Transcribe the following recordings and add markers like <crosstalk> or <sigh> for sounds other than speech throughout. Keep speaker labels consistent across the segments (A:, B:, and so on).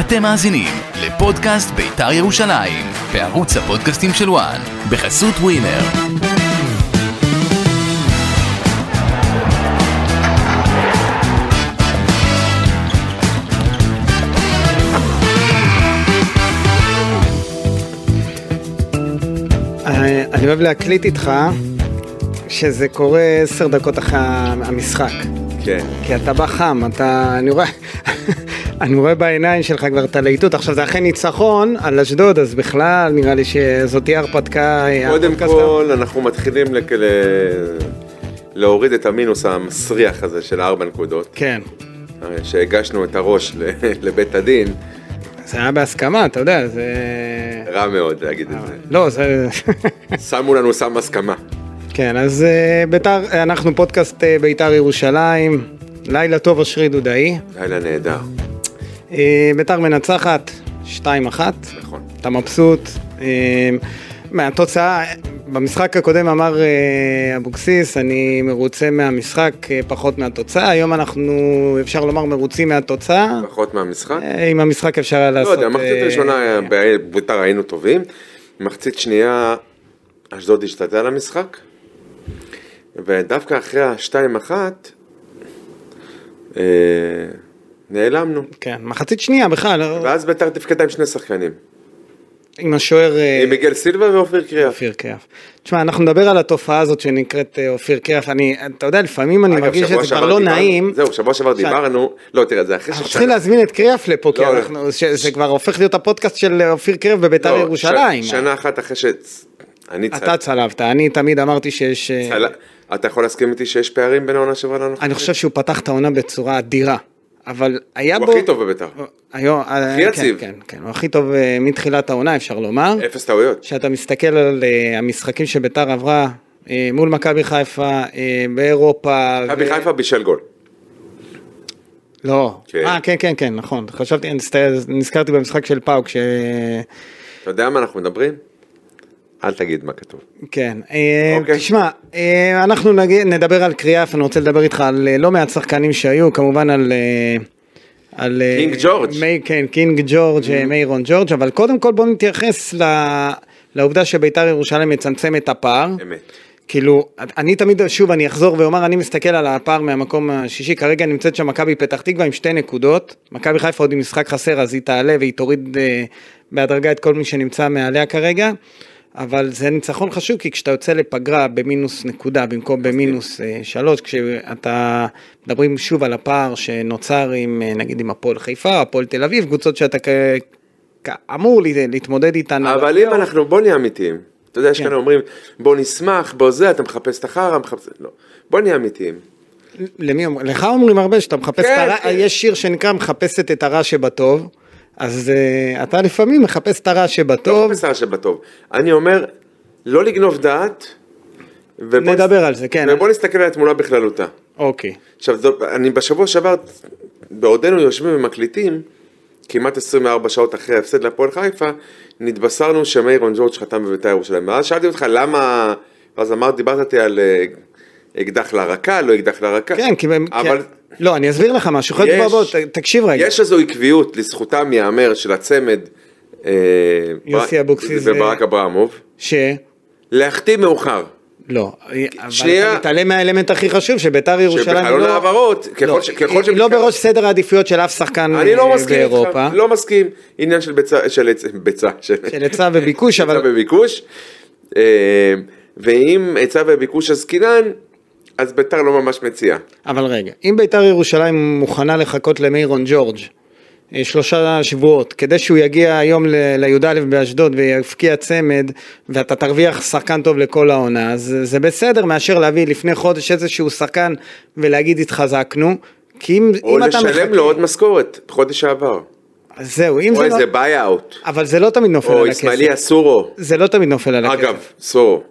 A: אתם מאזינים לפודקאסט בית"ר ירושלים, בערוץ הפודקאסטים של וואן, בחסות ווינר.
B: אה, אני אוהב להקליט איתך שזה קורה עשר דקות אחרי המשחק.
C: כן.
B: כי אתה בא חם, אתה... אני רואה... <laughs> אני רואה בעיניים שלך כבר את הלהיטות. עכשיו, זה אחרי ניצחון על אשדוד, אז בכלל, נראה לי שזאת תהיה הרפתקה. אה,
C: קודם
B: הפודקאסט
C: כל, אנחנו מתחילים לק- ל- להוריד את המינוס המסריח הזה של ארבע נקודות,
B: כן.
C: הרי שהגשנו את הראש ל- <laughs> לבית הדין,
B: זה היה בהסכמה, אתה יודע, זה...
C: רע מאוד להגיד את זה.
B: <laughs> לא, זה...
C: שמו לנו סם הסכמה.
B: כן, אז אה, בית"ר, אנחנו פודקאסט אה, בית"ר ירושלים. לילה טוב, אשרי דודאי.
C: לילה נהדר,
B: אה, בית"ר מנצחת, 2-1.
C: נכון.
B: אתה מבסוט. אה, מהתוצאה, במשחק הקודם אמר אה, אבוקסיס, אני מרוצה מהמשחק, אה, פחות מהתוצאה. היום אנחנו, אפשר לומר, מרוצים מהתוצאה.
C: פחות מהמשחק?
B: אה, עם המשחק אפשר היה
C: לא
B: לעשות...
C: יודע, מחצית
B: אה,
C: ראשונה היה- בית"ר היינו טובים, מחצית שנייה אשדוד השתתה על המשחק, ודווקא אחרי השתיים אחת, אה, נעלמנו.
B: כן, מחצית שנייה בכלל, לא-
C: ואז בית"ר תפקדה עם שני שחקנים.
B: עם השוער... אה,
C: עם מיגל סילבה ואופיר קריאף.
B: אופיר קריאף. תשמע, אנחנו נדבר על התופעה הזאת שנקראת אה, אופיר קריאף. אני, אתה יודע, לפעמים אני
C: אגב,
B: מרגיש
C: שבוע
B: שזה כבר
C: שעבר
B: לא
C: דיברנו-
B: נעים.
C: זהו, שבוע שעבר
B: שאני-
C: דיברנו, לא תראה, זה אחרי
B: אנחנו צריכים להזמין את קריאף לפה, כי
C: לא, לא.
B: אנחנו, ש- זה כבר הופך להיות הפודקאסט של אה, אופיר קריאף בביתר
C: לא,
B: ירושלים.
C: ש- שנה אחת אחרי שאני
B: אתה צלבת, אני תמיד אמרתי שיש... אה,
C: אתה יכול להסכים איתי שיש פערים בין העונה שעברה לעונה?
B: אני חושב שהוא פתח את העונה בצורה אדירה, אבל היה בו... אה,
C: הוא הכי טוב בבית"ר.
B: היום, הכי
C: יציב.
B: כן, כן, הוא הכי טוב אה, מתחילת העונה, אפשר לומר.
C: אפס טעויות.
B: כשאתה מסתכל על אה, המשחקים שביתר עברה אה, מול מכבי חיפה, אה, באירופה...
C: מכבי
B: ו-
C: חיפה בישל גול.
B: לא.
C: כן.
B: אה, כן, כן, כן, נכון. חשבתי, נזכר- נזכרתי במשחק של פאוק, ש...
C: אתה יודע מה אנחנו מדברים? אל תגיד מה כתוב.
B: כן. אה,
C: אוקיי.
B: תשמע, אה, אנחנו נגיד- נדבר על קריאף, אני רוצה לדבר איתך על אה, לא מעט שחקנים שהיו, כמובן על... אה, על... אה,
C: קינג ג'ורג'. Mm-hmm.
B: מי, כן, קינג ג'ורג', אה, מיירון ג'ורג', אבל קודם כל בואו נתייחס ל... לעובדה שביתר ירושלים מצמצם את הפער.
C: אמת.
B: כאילו, אני תמיד, שוב, אני אחזור ואומר, אני מסתכל על הפער מהמקום השישי, כרגע נמצאת שם מכבי פתח תקווה עם שתי נקודות, מכבי חיפה עוד עם משחק חסר, אז היא תעלה והיא תוריד אה, בהדרגה את כל מי שנמצא מעליה כרגע, אבל זה ניצחון חשוב, כי כשאתה יוצא לפגרה במינוס נקודה, במקום במינוס אה, שלוש, כשאתה, מדברים שוב על הפער שנוצר עם, אה, נגיד, עם הפועל חיפה, הפועל תל אביב, קבוצות שאתה כ... כאמור לה- להתמודד איתן. על
C: אבל אם
B: הפלייאוף.
C: אנחנו, בוא נהיה אמיתיים. אתה יודע, יש
B: כן.
C: כאלה אומרים, בוא נשמח, בוא זה, אתה מחפש את החרא, מחפש... לא. בוא נהיה אמיתיים.
B: למי אומרים? לך אומרים הרבה שאתה מחפש
C: כן,
B: את הרע,
C: כן.
B: יש שיר שנקרא מחפשת את הרע שבטוב, אז אה, אתה לפעמים מחפש את הרע
C: לא
B: שבטוב,
C: בסדר שבטוב. אני אומר, לא לגנוב דעת. ובוא
B: נדבר
C: נס-
B: על זה, כן.
C: ובוא נסתכל על התמונה בכללותה.
B: אוקיי,
C: עכשיו, זו, אני בשבוע שעבר, בעודנו יושבים ומקליטים, כמעט 24 שעות אחרי ההפסד להפועל חיפה, נתבשרנו שמיירון ג'ורג' חתם בבית"ר ירושלים. ואז שאלתי אותך למה, ואז אמרת, דיברת איתי על אה, אקדח לרקה, לא אקדח לרקה.
B: כן, כי... הם-
C: אבל
B: כן. לא, אני אסביר לך משהו, חוץ
C: יש-
B: בוא, בוא, ת- תקשיב רגע,
C: יש איזו עקביות, לזכותם ייאמר, של הצמד. אה,
B: יוסי
C: ברק-
B: אבוקסיס ו-
C: וברק אברמוב.
B: ש...
C: להחתים מאוחר.
B: לא, אבל
C: שנייה.
B: אתה מתעלם מהאלמנט הכי חשוב, שביתר ירושלים היא
C: שבחלון
B: לא-
C: העברות, ככל
B: לא,
C: ש- ככל
B: היא- היא לא
C: שבקר-
B: בראש סדר העדיפויות של אף שחקן
C: אני
B: אה,
C: לא מסכים איתך,
B: באירופה,
C: לא מסכים, עניין של ביצה, של היצע- ביצה, של
B: של היצע וביקוש,
C: היצע
B: אבל
C: וביקוש, אה, ואם היצע וביקוש עסקינן, אז ביתר לא ממש מציעה.
B: אבל רגע, אם ביתר ירושלים מוכנה לחכות למיירון ג'ורג' אה, שלושה שבועות, כדי שהוא יגיע היום ל- לי"א באשדוד ויפקיע צמד, ואתה תרוויח שחקן טוב לכל העונה, אז זה בסדר מאשר להביא לפני חודש איזשהו שחקן ולהגיד התחזקנו, כי אם,
C: או
B: אם אתה מחכה...
C: לשלם לו עוד משכורת, חודש שעבר.
B: אז זהו, אם
C: או
B: זה לא...
C: איזה ביי-אוט,
B: אבל זה לא תמיד נופל
C: או
B: על הכסף.
C: אסמאעיליה סורו,
B: זה לא תמיד נופל על הכסף.
C: אגב, סורו.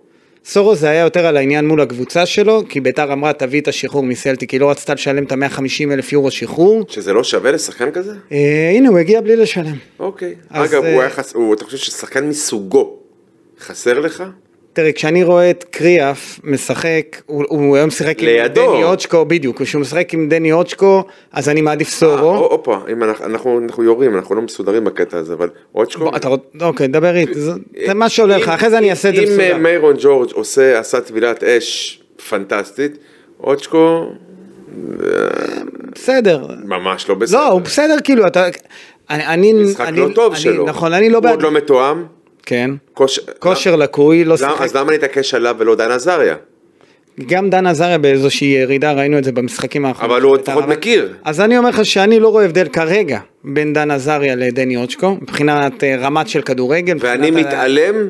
B: סורו זה היה יותר על העניין מול הקבוצה שלו, כי ביתר אמרה תביא את השחרור מסלטיק, היא לא רצתה לשלם את ה-150 אלף יורו שחרור.
C: שזה לא שווה לשחקן כזה?
B: אה, הנה הוא הגיע בלי לשלם.
C: אוקיי.
B: אז,
C: אגב,
B: אה,
C: הוא היה חס... הוא- אתה חושב ששחקן מסוגו חסר לך?
B: תראה, כשאני רואה את קריאף משחק, הוא- הוא היום שיחק עם
C: לידו.
B: דני אוצ'קו, בדיוק, כשהוא משחק עם דני אוצ'קו, אז אני מעדיף סורו.
C: אה, הופה, אם אנחנו- אנחנו אנחנו יורים, אנחנו לא מסודרים בקטע הזה, אבל אוצ'קו...
B: בוא, אתה רוצ... אוקיי, דבר איתי, זה- זה מה שעולה לך, אחרי זה אני אעשה את זה
C: אם
B: מסודר.
C: אה, מיירון ג'ורג' עושה, עשה טבילת אש פנטסטית, אוצ'קו
B: בסדר.
C: ממש לא בסדר.
B: לא, הוא בסדר, כאילו, אתה... אני... אני-
C: משחק
B: אני-
C: לא טוב
B: אני-
C: שלו.
B: נכון, אני לא
C: הוא עוד
B: בעד...
C: לא מתואם.
B: כן.
C: כוש-
B: כושר לקוי, לא
C: למה-
B: שיחק.
C: אז למה להתעקש עליו ולא דן עזריה?
B: גם דן עזריה באיזושהי ירידה, ראינו את זה במשחקים האחרונים.
C: אבל הוא עוד
B: הייתה
C: לפחות
B: רמה-
C: מכיר.
B: אז אני אומר לך שאני לא רואה הבדל כרגע בין דן עזריה לדני אוצ'קו, מבחינת אה, רמת של כדורגל.
C: ואני
B: מבחינת ה-
C: מתעלם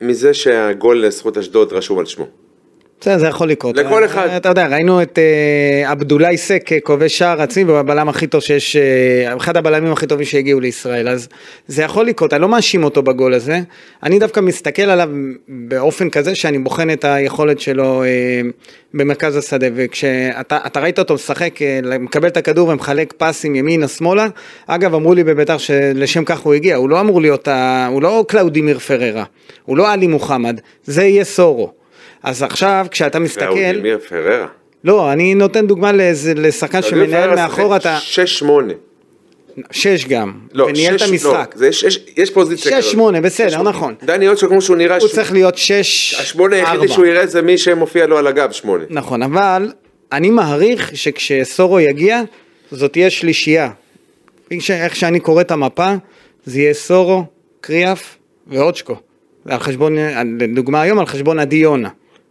C: מזה שהגול לזכות אשדוד רשום על שמו.
B: בסדר, זה יכול לקרות.
C: לכל
B: אה,
C: אחד.
B: אתה יודע, ראינו את אה, עבדולאי סק אה, כובש שער עצמי, והוא הבלם הכי טוב שיש, אה, אחד הבלמים הכי טובים שהגיעו לישראל, אז זה יכול לקרות, אני לא מאשים אותו בגול הזה, אני דווקא מסתכל עליו באופן כזה שאני בוחן את היכולת שלו אה, במרכז השדה, וכשאתה אתה ראית אותו משחק, אה, מקבל את הכדור ומחלק פסים ימינה-שמאלה, אגב, אמרו לי בביתר שלשם כך הוא הגיע, הוא לא אמור להיות, ה- הוא לא קלאודימיר פררה, הוא לא עלי מוחמד, זה יהיה סורו. אז עכשיו כשאתה מסתכל,
C: והאודימיר פררה.
B: לא, אני נותן דוגמה לאיזה- לשחקן שמנהל מאחור אתה,
C: 6-8.
B: שש גם,
C: לא,
B: וניהל את
C: שש-
B: המשחק,
C: לא, זה יש- יש- יש פוזיציה
B: שש, שמונה, בסדר, נכון.
C: דני אוצ'ו כמו שהוא נראה,
B: הוא
C: ש-
B: צריך להיות שש,
C: השמונה היחידי
B: ארבע.
C: שהוא יראה זה מי שמופיע לו על הגב, שמונה.
B: נכון, אבל אני מעריך שכשסורו יגיע, זאת תהיה שלישייה. כש- איך שאני קורא את המפה, זה יהיה סורו, קריאף ואוצ'קו. על חשבון, לדוגמה היום, על חשבון עדי יונה,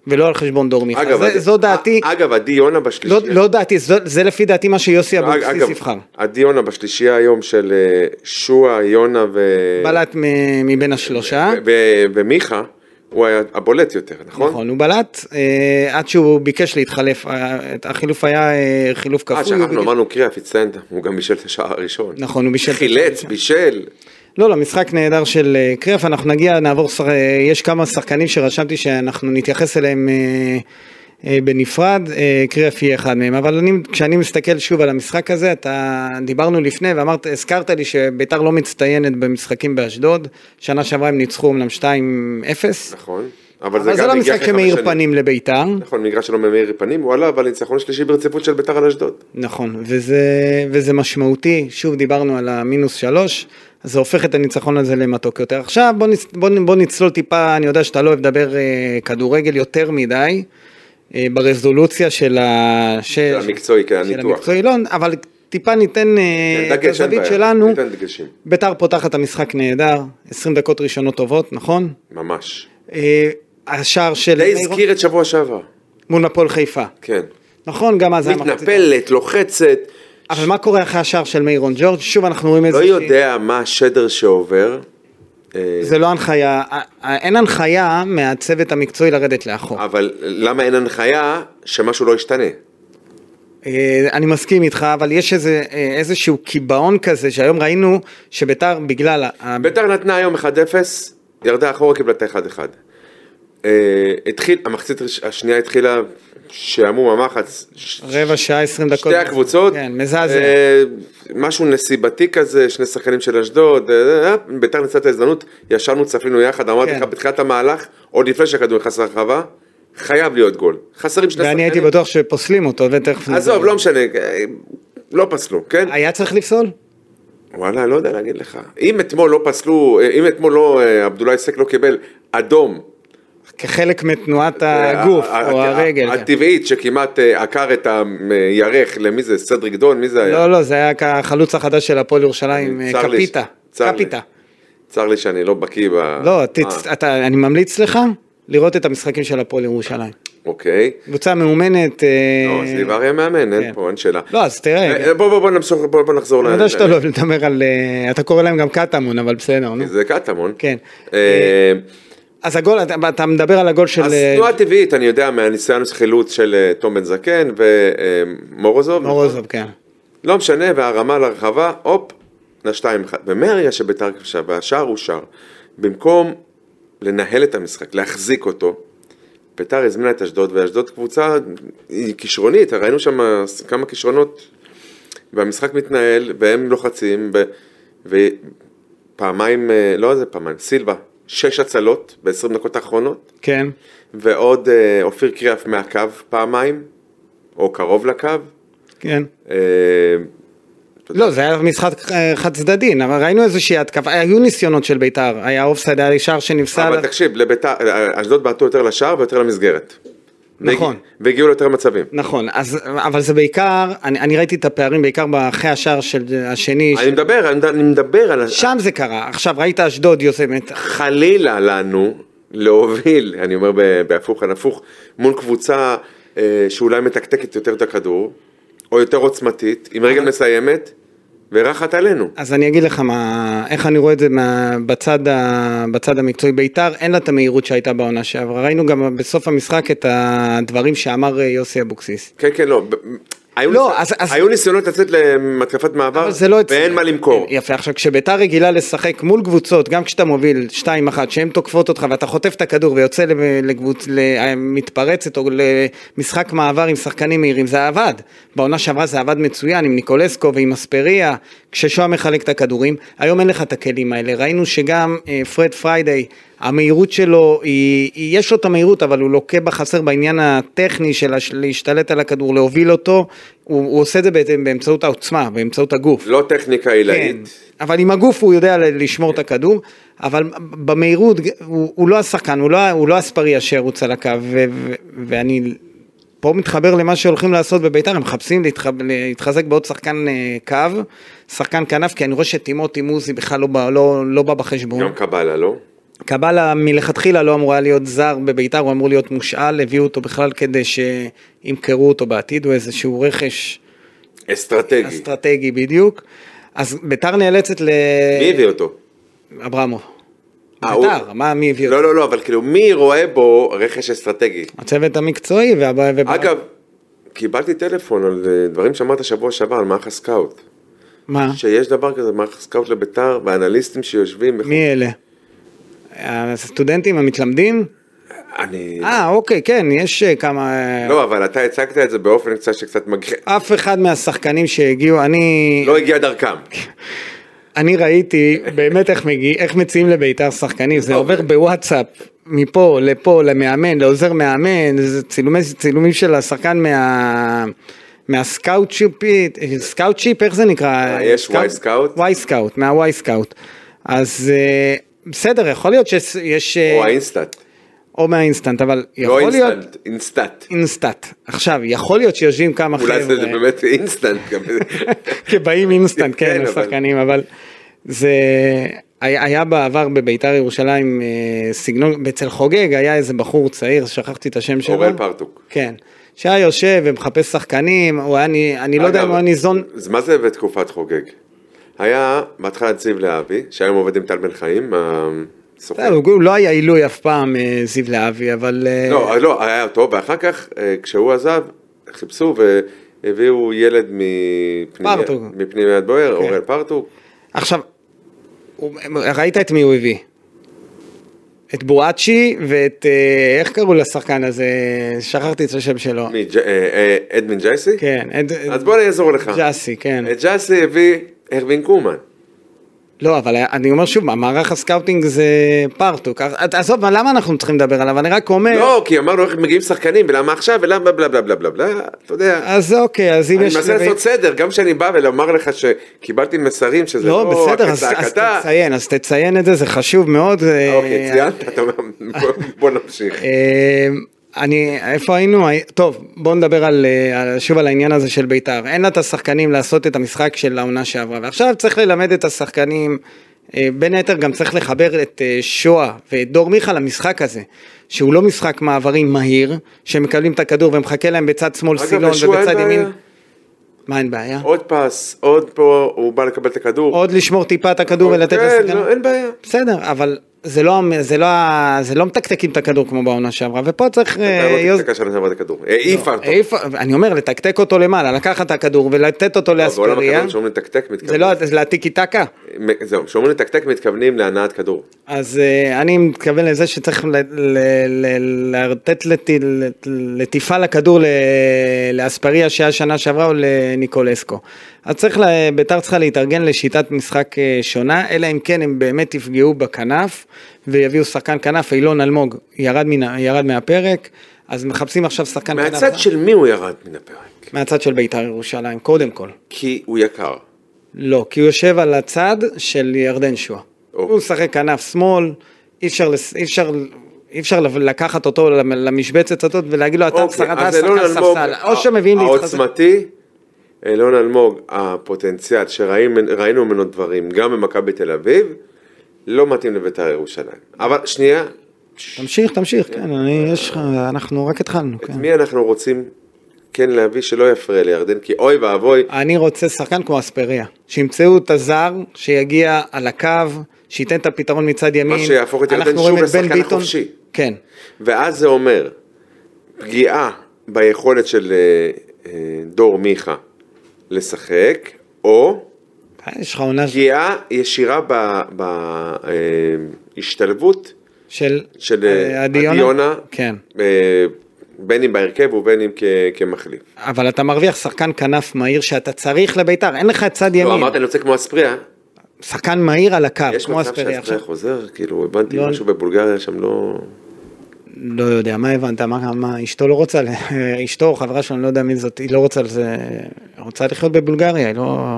B: ולא על חשבון דור מיכה. זה-
C: עדי-
B: זו דעתי,
C: אגב, עדי יונה
B: לא-
C: בשלישייה.
B: לא דעתי, זו- זה לפי דעתי מה שיוסי אבוקסיס
C: לא, אגב,
B: יבחר.
C: עדי יונה בשלישייה היום של אה, שועה, יונה ו...
B: בלט מ- מבין השלושה.
C: ו- ו- ומיכה, הוא היה הבולט יותר, נכון?
B: נכון, הוא בלט אה, עד שהוא ביקש להתחלף, אה, את- החילוף היה אה, חילוף כפוי.
C: אה,
B: הוא ביקש-
C: שאנחנו אמרנו קריאף, הצטיינת, הוא גם בישל את השער הראשון.
B: נכון, הוא בישל.
C: חילץ, בישל.
B: לא, לא, משחק נהדר של אה, קריאף, אנחנו נגיע, נעבור, שר- אה, יש כמה שחקנים שרשמתי שאנחנו נתייחס אליהם אה, אה, בנפרד, אה, קריאף יהיה אחד מהם, אבל אני, כשאני מסתכל שוב על המשחק הזה, אתה, דיברנו לפני ואמרת, הזכרת לי שביתר לא מצטיינת במשחקים באשדוד, שנה שעברה הם ניצחו אמנם 2-0,
C: נכון.
B: אבל זה
C: גם
B: לא
C: הגיע
B: משחק
C: אחרי חמש
B: שמאיר
C: שנים.
B: פנים לביתר.
C: נכון, מגרש שלא ממאיר פנים, הוא עלה, אבל ניצחון שלישי ברציפות של ביתר על אשדוד.
B: נכון, וזה, וזה משמעותי, שוב דיברנו על המינוס שלוש, אז זה הופך את הניצחון הזה למתוק יותר. עכשיו בוא, נצ, בוא, נ- בוא נצלול טיפה, אני יודע שאתה לא אוהב לדבר אה, כדורגל יותר מדי, אה, ברזולוציה של, ה, של
C: המקצועי, כן,
B: של
C: הניתוח.
B: המקצועי, לא, אבל טיפה ניתן אה,
C: כן,
B: את
C: דגש, אין
B: הזווית
C: בעיה,
B: שלנו.
C: ניתן דגשים.
B: ביתר פותחת את המשחק נהדר, 20 דקות ראשונות טובות, נכון?
C: ממש.
B: אה, השער של
C: די
B: מאיר-
C: הזכיר את שבוע שעבר.
B: מול הפועל חיפה.
C: כן.
B: נכון, גם אז היה מחצית.
C: מתנפלת, לוחצת,
B: אבל מה קורה אחרי השער של מיירון ג'ורג'? שוב אנחנו רואים
C: לא
B: איזה...
C: יודע מה השדר שעובר. אה,
B: זה לא הנחיה, אה, אה, אין הנחיה מהצוות המקצועי לרדת לאחור.
C: אבל למה אין הנחיה שמשהו לא ישתנה?
B: אה, אני מסכים איתך, אבל יש איזה, אה, איזשהו קיבעון כזה שהיום ראינו שביתר בגלל... ה- ה-
C: ביתר נתנה היום 1-0, ירדה אחורה, קיבלה את ה-1-1. אה, התחיל, המחצית הראש- השנייה התחילה שעמום המחץ. ש-
B: רבע שעה, 20 דקות.
C: שתי הקבוצות,
B: כן, מזעזע.
C: אה, משהו נסיבתי כזה, שני שחקנים של אשדוד, אה, אה, אה, ביתר ניצלה את ההזדמנות, ישבנו, צפינו יחד, אמרתי
B: כן.
C: לך בתחילת המהלך, עוד לפני שהכדור נכנס לרחבה, חייב להיות גול. חסרים שני
B: ואני
C: שחקנים.
B: הייתי בטוח שפוסלים אותו, ותכף... נדבר.
C: עזוב, לא משנה, אה, לא פסלו, כן?
B: היה צריך לפסול?
C: וואלה, לא יודע להגיד לך. אם אתמול לא פסלו, אה, אם אתמול לא, אה, עבדולאי סק לא קיבל אדום,
B: כחלק מתנועת הגוף
C: אה,
B: או
C: אה,
B: הרגל. כן.
C: הטבעית שכמעט אה, עקר את הירך, למי זה, סדריק דון, מי זה היה?
B: לא, לא, זה היה החלוץ החדש של הפועל ירושלים, אה,
C: אה, צר לי ש-
B: קפיטה.
C: צר לי.
B: קפיטה.
C: צר לי שאני לא בקיא ב...
B: לא,
C: אה,
B: תצ... אתה, אני ממליץ לך לראות את המשחקים של הפועל ירושלים.
C: אוקיי.
B: קבוצה מאומנת. אה,
C: לא, אז ליבר יהיה מאמן, אין
B: כן.
C: פה, אין שאלה.
B: לא, אז תראה,
C: אה, בוא, בוא, בוא נמשיך, בוא בוא נחזור ל...
B: אני יודע שאתה לא אוהב לדבר על... אה, אתה קורא להם גם קטמון, אבל בסדר, נו.
C: זה קטמון.
B: כן.
C: אה,
B: אז הגול, אתה- אתה מדבר על הגול של...
C: אז
B: אה,
C: תנועה טבעית, אני יודע, מהניסיון חילוץ של אה, תום בן זקן אה, ומורוזוב.
B: מורוזוב, כן.
C: לא משנה, והרמה לרחבה, הופ, לשתיים אחד. ומהרגע שביתר כבשה, והשער הוא שער, במקום לנהל את המשחק, להחזיק אותו, ביתר הזמינה את אשדוד, ואשדוד קבוצה היא כישרונית, ראינו שם כמה כישרונות, והמשחק מתנהל, והם לוחצים, ו... ופעמיים, אה, לא זה פעמיים, סילבה, שש הצלות ב-20 דקות האחרונות,
B: כן.
C: ועוד אה, אופיר קריאף מהקו פעמיים, או קרוב לקו.
B: כן.
C: אה,
B: לא, זה היה משחק אה, חד צדדי, אבל ראינו איזושהי התקפה, היו ניסיונות של בית"ר, היה אופסייד, היה שער שנפסל.
C: אבל תקשיב, לביתר, אה, אשדוד בעטו יותר לשער ויותר למסגרת.
B: נכון.
C: והגיע- והגיעו ליותר מצבים.
B: נכון, אז, אבל זה בעיקר, אני, אני ראיתי את הפערים בעיקר אחרי השער של אה, השני,
C: אני מדבר, אני- אני מדבר על... ש...
B: שם זה קרה, עכשיו ראית אשדוד יוזמת,
C: חלילה לנו להוביל, אני אומר ב- בהפוך על הפוך, מול קבוצה אה, שאולי מתקתקת יותר את הכדור, או יותר עוצמתית, עם רגל מסיימת, ורחת עלינו.
B: אז אני אגיד לך מה, איך אני רואה את זה מה, בצד, ה, בצד המקצועי. ביתר אין לה את המהירות שהייתה בעונה שעברה. ראינו גם בסוף המשחק את הדברים שאמר אה, יוסי אבוקסיס.
C: כן, כן, לא. ב- היו,
B: לא,
C: ניס...
B: אז- אז-
C: היו ניסיונות לצאת למתקפת מעבר,
B: אבל זה לא אצלי.
C: ואין מה למכור.
B: יפה, עכשיו כשביתר רגילה לשחק מול קבוצות, גם כשאתה מוביל 2-1, שהן תוקפות אותך ואתה חוטף את הכדור ויוצא לקבוצ... למתפרצת או למשחק מעבר עם שחקנים מהירים, זה עבד. בעונה שעברה זה עבד מצוין עם ניקולסקו ועם אספריה, כששועה מחלק את הכדורים. היום אין לך את הכלים האלה. ראינו שגם אה, פרד פריידי, המהירות שלו, היא... היא- יש לו את המהירות, אבל הוא לוקה בחסר בעניין הטכני של הש- להשתלט על הכדור, להוביל אותו. הוא, הוא עושה את זה בעצם באמצעות העוצמה, באמצעות הגוף.
C: לא טכניקה עילאית.
B: כן, אבל עם הגוף הוא יודע ל- לשמור
C: כן.
B: את הכדור, אבל במהירות הוא, הוא לא השחקן, הוא לא, הוא לא הספריה שירוץ על הקו, ו, ו, ואני פה מתחבר למה שהולכים לעשות בביתר, הם מחפשים להתח, להתחזק בעוד שחקן אה, קו, שחקן כנף, כי אני רואה שטימוטי מוזי בכלל לא בא, לא, לא בא בחשבון.
C: גם קבלה, לא?
B: קבלה מלכתחילה לא אמורה להיות זר בביתר, הוא אמור להיות מושאל, הביאו אותו בכלל כדי שימכרו אותו בעתיד, הוא איזשהו רכש
C: אסטרטגי.
B: אסטרטגי בדיוק. אז ביתר נאלצת ל...
C: מי הביא אותו?
B: אברמוב.
C: אה, הוא-
B: ביתר, מה, מי הביא אותו?
C: לא, לא, לא, אבל כאילו, מי רואה בו רכש אסטרטגי?
B: הצוות המקצועי והבעיה...
C: אגב, קיבלתי טלפון על אה, דברים שאמרת שבוע שעבר על מערך הסקאוט.
B: מה?
C: שיש דבר כזה, מערך הסקאוט לביתר, ואנליסטים שיושבים... בחוץ.
B: מי אלה? הסטודנטים המתלמדים?
C: אני...
B: אה, אוקיי, כן, יש אה, כמה... אה,
C: לא, אבל אתה הצגת את זה באופן קצת שקצת מגחיך.
B: אף אחד מהשחקנים שהגיעו, אני...
C: לא הגיע דרכם.
B: כן. אני ראיתי באמת איך מגיע, איך מציעים לביתר שחקנים, זה
C: אוקיי.
B: עובר בוואטסאפ, מפה לפה, למאמן, לעוזר מאמן, זה צילומי, צילומים של השחקן מה... מהסקאוט שיפ, סקאוט שיפ, איך זה נקרא?
C: אה, יש וואי סקאוט?
B: וואי סקאוט, מהוואי סקאוט. אז אה, בסדר, יכול להיות שיש... יש, אה,
C: או האינסטאט.
B: או מהאינסטנט, אבל
C: לא
B: יכול להיות...
C: אינסטנט, אינסטאט.
B: אינסטאט. עכשיו, יכול להיות שיושבים כמה חבר'ה...
C: אולי זה
B: <laughs>
C: באמת אינסטנט. גם.
B: כי באים אינסטנט,
C: כן,
B: כן,
C: אבל-
B: השחקנים, אבל זה... היה היה בעבר בביתר ירושלים אה, סגנון, אצל חוגג היה איזה בחור צעיר, שכחתי את השם שלו.
C: אוראל פרטוק.
B: כן. שהיה יושב ומחפש שחקנים, הוא היה, אני, אני לא יודע אם
C: אגב,
B: הוא היה ניזון,
C: אז מה זה בתקופת חוגג? היה בהתחלה נציב להבי, שהיום עובד עם טל בן חיים, הסוכן.
B: בסדר, הוא לא היה עילוי אף פעם אה, זיו להבי, אבל... אה,
C: לא, לא, היה אותו, ואחר כך, אה, כשהוא עזב, חיפשו והביאו ילד מפנימי-
B: פרטוק. כן.
C: מפנימיית בויאר, אוראל פרטוק.
B: עכשיו, הוא- ראית את מי הוא הביא? את בואצ'י ואת, אה, איך קראו לשחקן הזה? שכחתי את השם שלו.
C: מי, ג'- אה, אה, אדמין ג'ייסי?
B: כן, את...
C: אז בוא אני אעזור לך.
B: ג'אסי, כן.
C: את ג'אסי הביא הרווין קומן.
B: לא, אבל אני אומר שוב, מערך הסקאוטינג זה פרטוק. אז- עזוב, מה- למה אנחנו צריכים לדבר עליו? אני רק אומר...
C: לא, כי אמרנו איך מגיעים שחקנים, ולמה עכשיו, ולמה בלה בלה בלה בלה בלה, אתה יודע.
B: אז אוקיי, אז אם
C: אני
B: יש...
C: מנסה לעשות סדר, גם כשאני בא ולומר לך שקיבלתי מסרים שזה
B: לא,
C: לא רק
B: בסדר, אז- אז
C: צעקתה.
B: תציין, אז תציין את זה, זה חשוב מאוד. אה,
C: אוקיי, ציינת, אתה אומר, בוא נמשיך.
B: אה, אני, איפה היינו? הי- טוב, בואו נדבר על, אה, על- שוב על העניין הזה של בית"ר. אין לה את השחקנים לעשות את המשחק של העונה שעברה, ועכשיו צריך ללמד את השחקנים, אה, בין היתר גם צריך לחבר את אה, שואה ואת דור מיכה למשחק הזה, שהוא לא משחק מעברים מהיר, שמקבלים את הכדור ומחכה להם בצד שמאל
C: אגב,
B: סילון
C: לשועה אין
B: ובצד
C: בעיה.
B: ימין. מה אין בעיה?
C: עוד פס, עוד פה, הוא בא לקבל את הכדור.
B: עוד לשמור טיפה את הכדור ולתת
C: כן,
B: לשחקן. אה,
C: לא, אין בעיה.
B: בסדר, אבל זה לא, זה לא, ה- זה לא מתקתקים את הכדור כמו בעונה שעברה, ופה צריך... אה,
C: לא
B: יוז- לא, אה,
C: תקתקה שנה שעברה את הכדור. העיפה אותו.
B: העיף- אני אומר, לתקתק אותו למעלה, לקחת את הכדור ולתת אותו
C: לא, בעולם
B: לאספריה.
C: הכדורים שאומרים לתקתק
B: זה
C: מתקדם.
B: לא, זה להטיקי טקה.
C: מ- זהו, כשאומרים לתקתק מתכוונים להנעת כדור.
B: אז אה, אני מתכוון לזה שצריך ל- ל- ל- לתת לט- לט- לטיפה לכדור ל- לאספריה שהיה שנה שעברה או לניקולסקו. אז צריך, ל- ביתר צריכה להתארגן לשיטת משחק אה, שונה, אלא אם כן הם באמת יפגעו בכנף ויביאו שחקן כנף, אילון אלמוג ירד, מן, ה- ירד מהפרק, אז מחפשים עכשיו שחקן כנף.
C: מהצד של מי הוא ירד מן הפרק?
B: מהצד של ביתר ירושלים, קודם כל.
C: כי הוא יקר.
B: לא, כי הוא יושב על הצד של ירדן שואה.
C: אוקיי.
B: הוא משחק כנף שמאל, אי אפשר, לס- אי אפשר, אי אפשר לב- לקחת אותו למ- למשבצת הזאת ולהגיד לו, אתה
C: אוקיי,
B: משחק, אתה
C: אז אלון
B: שחקן
C: אלמוג,
B: ספסל. או שמביאים לי את חזק.
C: העוצמתי, אלון אלמוג, הפוטנציאל שראינו ממנו דברים, גם במכבי תל אביב, לא מתאים לבית"ר ירושלים. אבל שנייה,
B: תמשיך, תמשיך, כן, אני, יש לך, אנחנו רק התחלנו,
C: את
B: כן.
C: מי אנחנו רוצים כן להביא שלא יפריע לירדן? כי אוי ואבוי,
B: אני רוצה שחקן כמו אספריה, שימצאו את הזר, שיגיע על הקו, שייתן את הפתרון מצד ימין.
C: שיהפוך את ירדן
B: אנחנו
C: שוב
B: רואים את בן
C: לשחקן
B: ביטון-
C: החופשי.
B: כן.
C: ואז זה אומר פגיעה ביכולת של אה, אה, דור מיכה לשחק, או
B: יש לך עונה
C: פגיעה ישירה בהשתלבות
B: של
C: של אה,
B: אה,
C: עדי
B: עדי
C: יונה,
B: כן.
C: אה, בין אם בהרכב ובין אם כ- כמחליף.
B: אבל אתה מרוויח שחקן כנף מהיר שאתה צריך לביתר, אין לך צד
C: לא,
B: ימין.
C: אמרת אני רוצה כמו אספריה,
B: שחקן מהיר על הקו,
C: יש
B: כמו
C: מצב
B: אספריה
C: שאספריה
B: עכשיו.
C: חוזר, כאילו הבנתי
B: לא.
C: משהו בבולגריה שם לא...
B: לא יודע, מה הבנת? מה, מה, אשתו לא רוצה, ל- <laughs> אשתו או חברה שלו, אני לא יודע מי זאת, היא לא רוצה לזה, רוצה לחיות בבולגריה, היא
C: <laughs>
B: לא,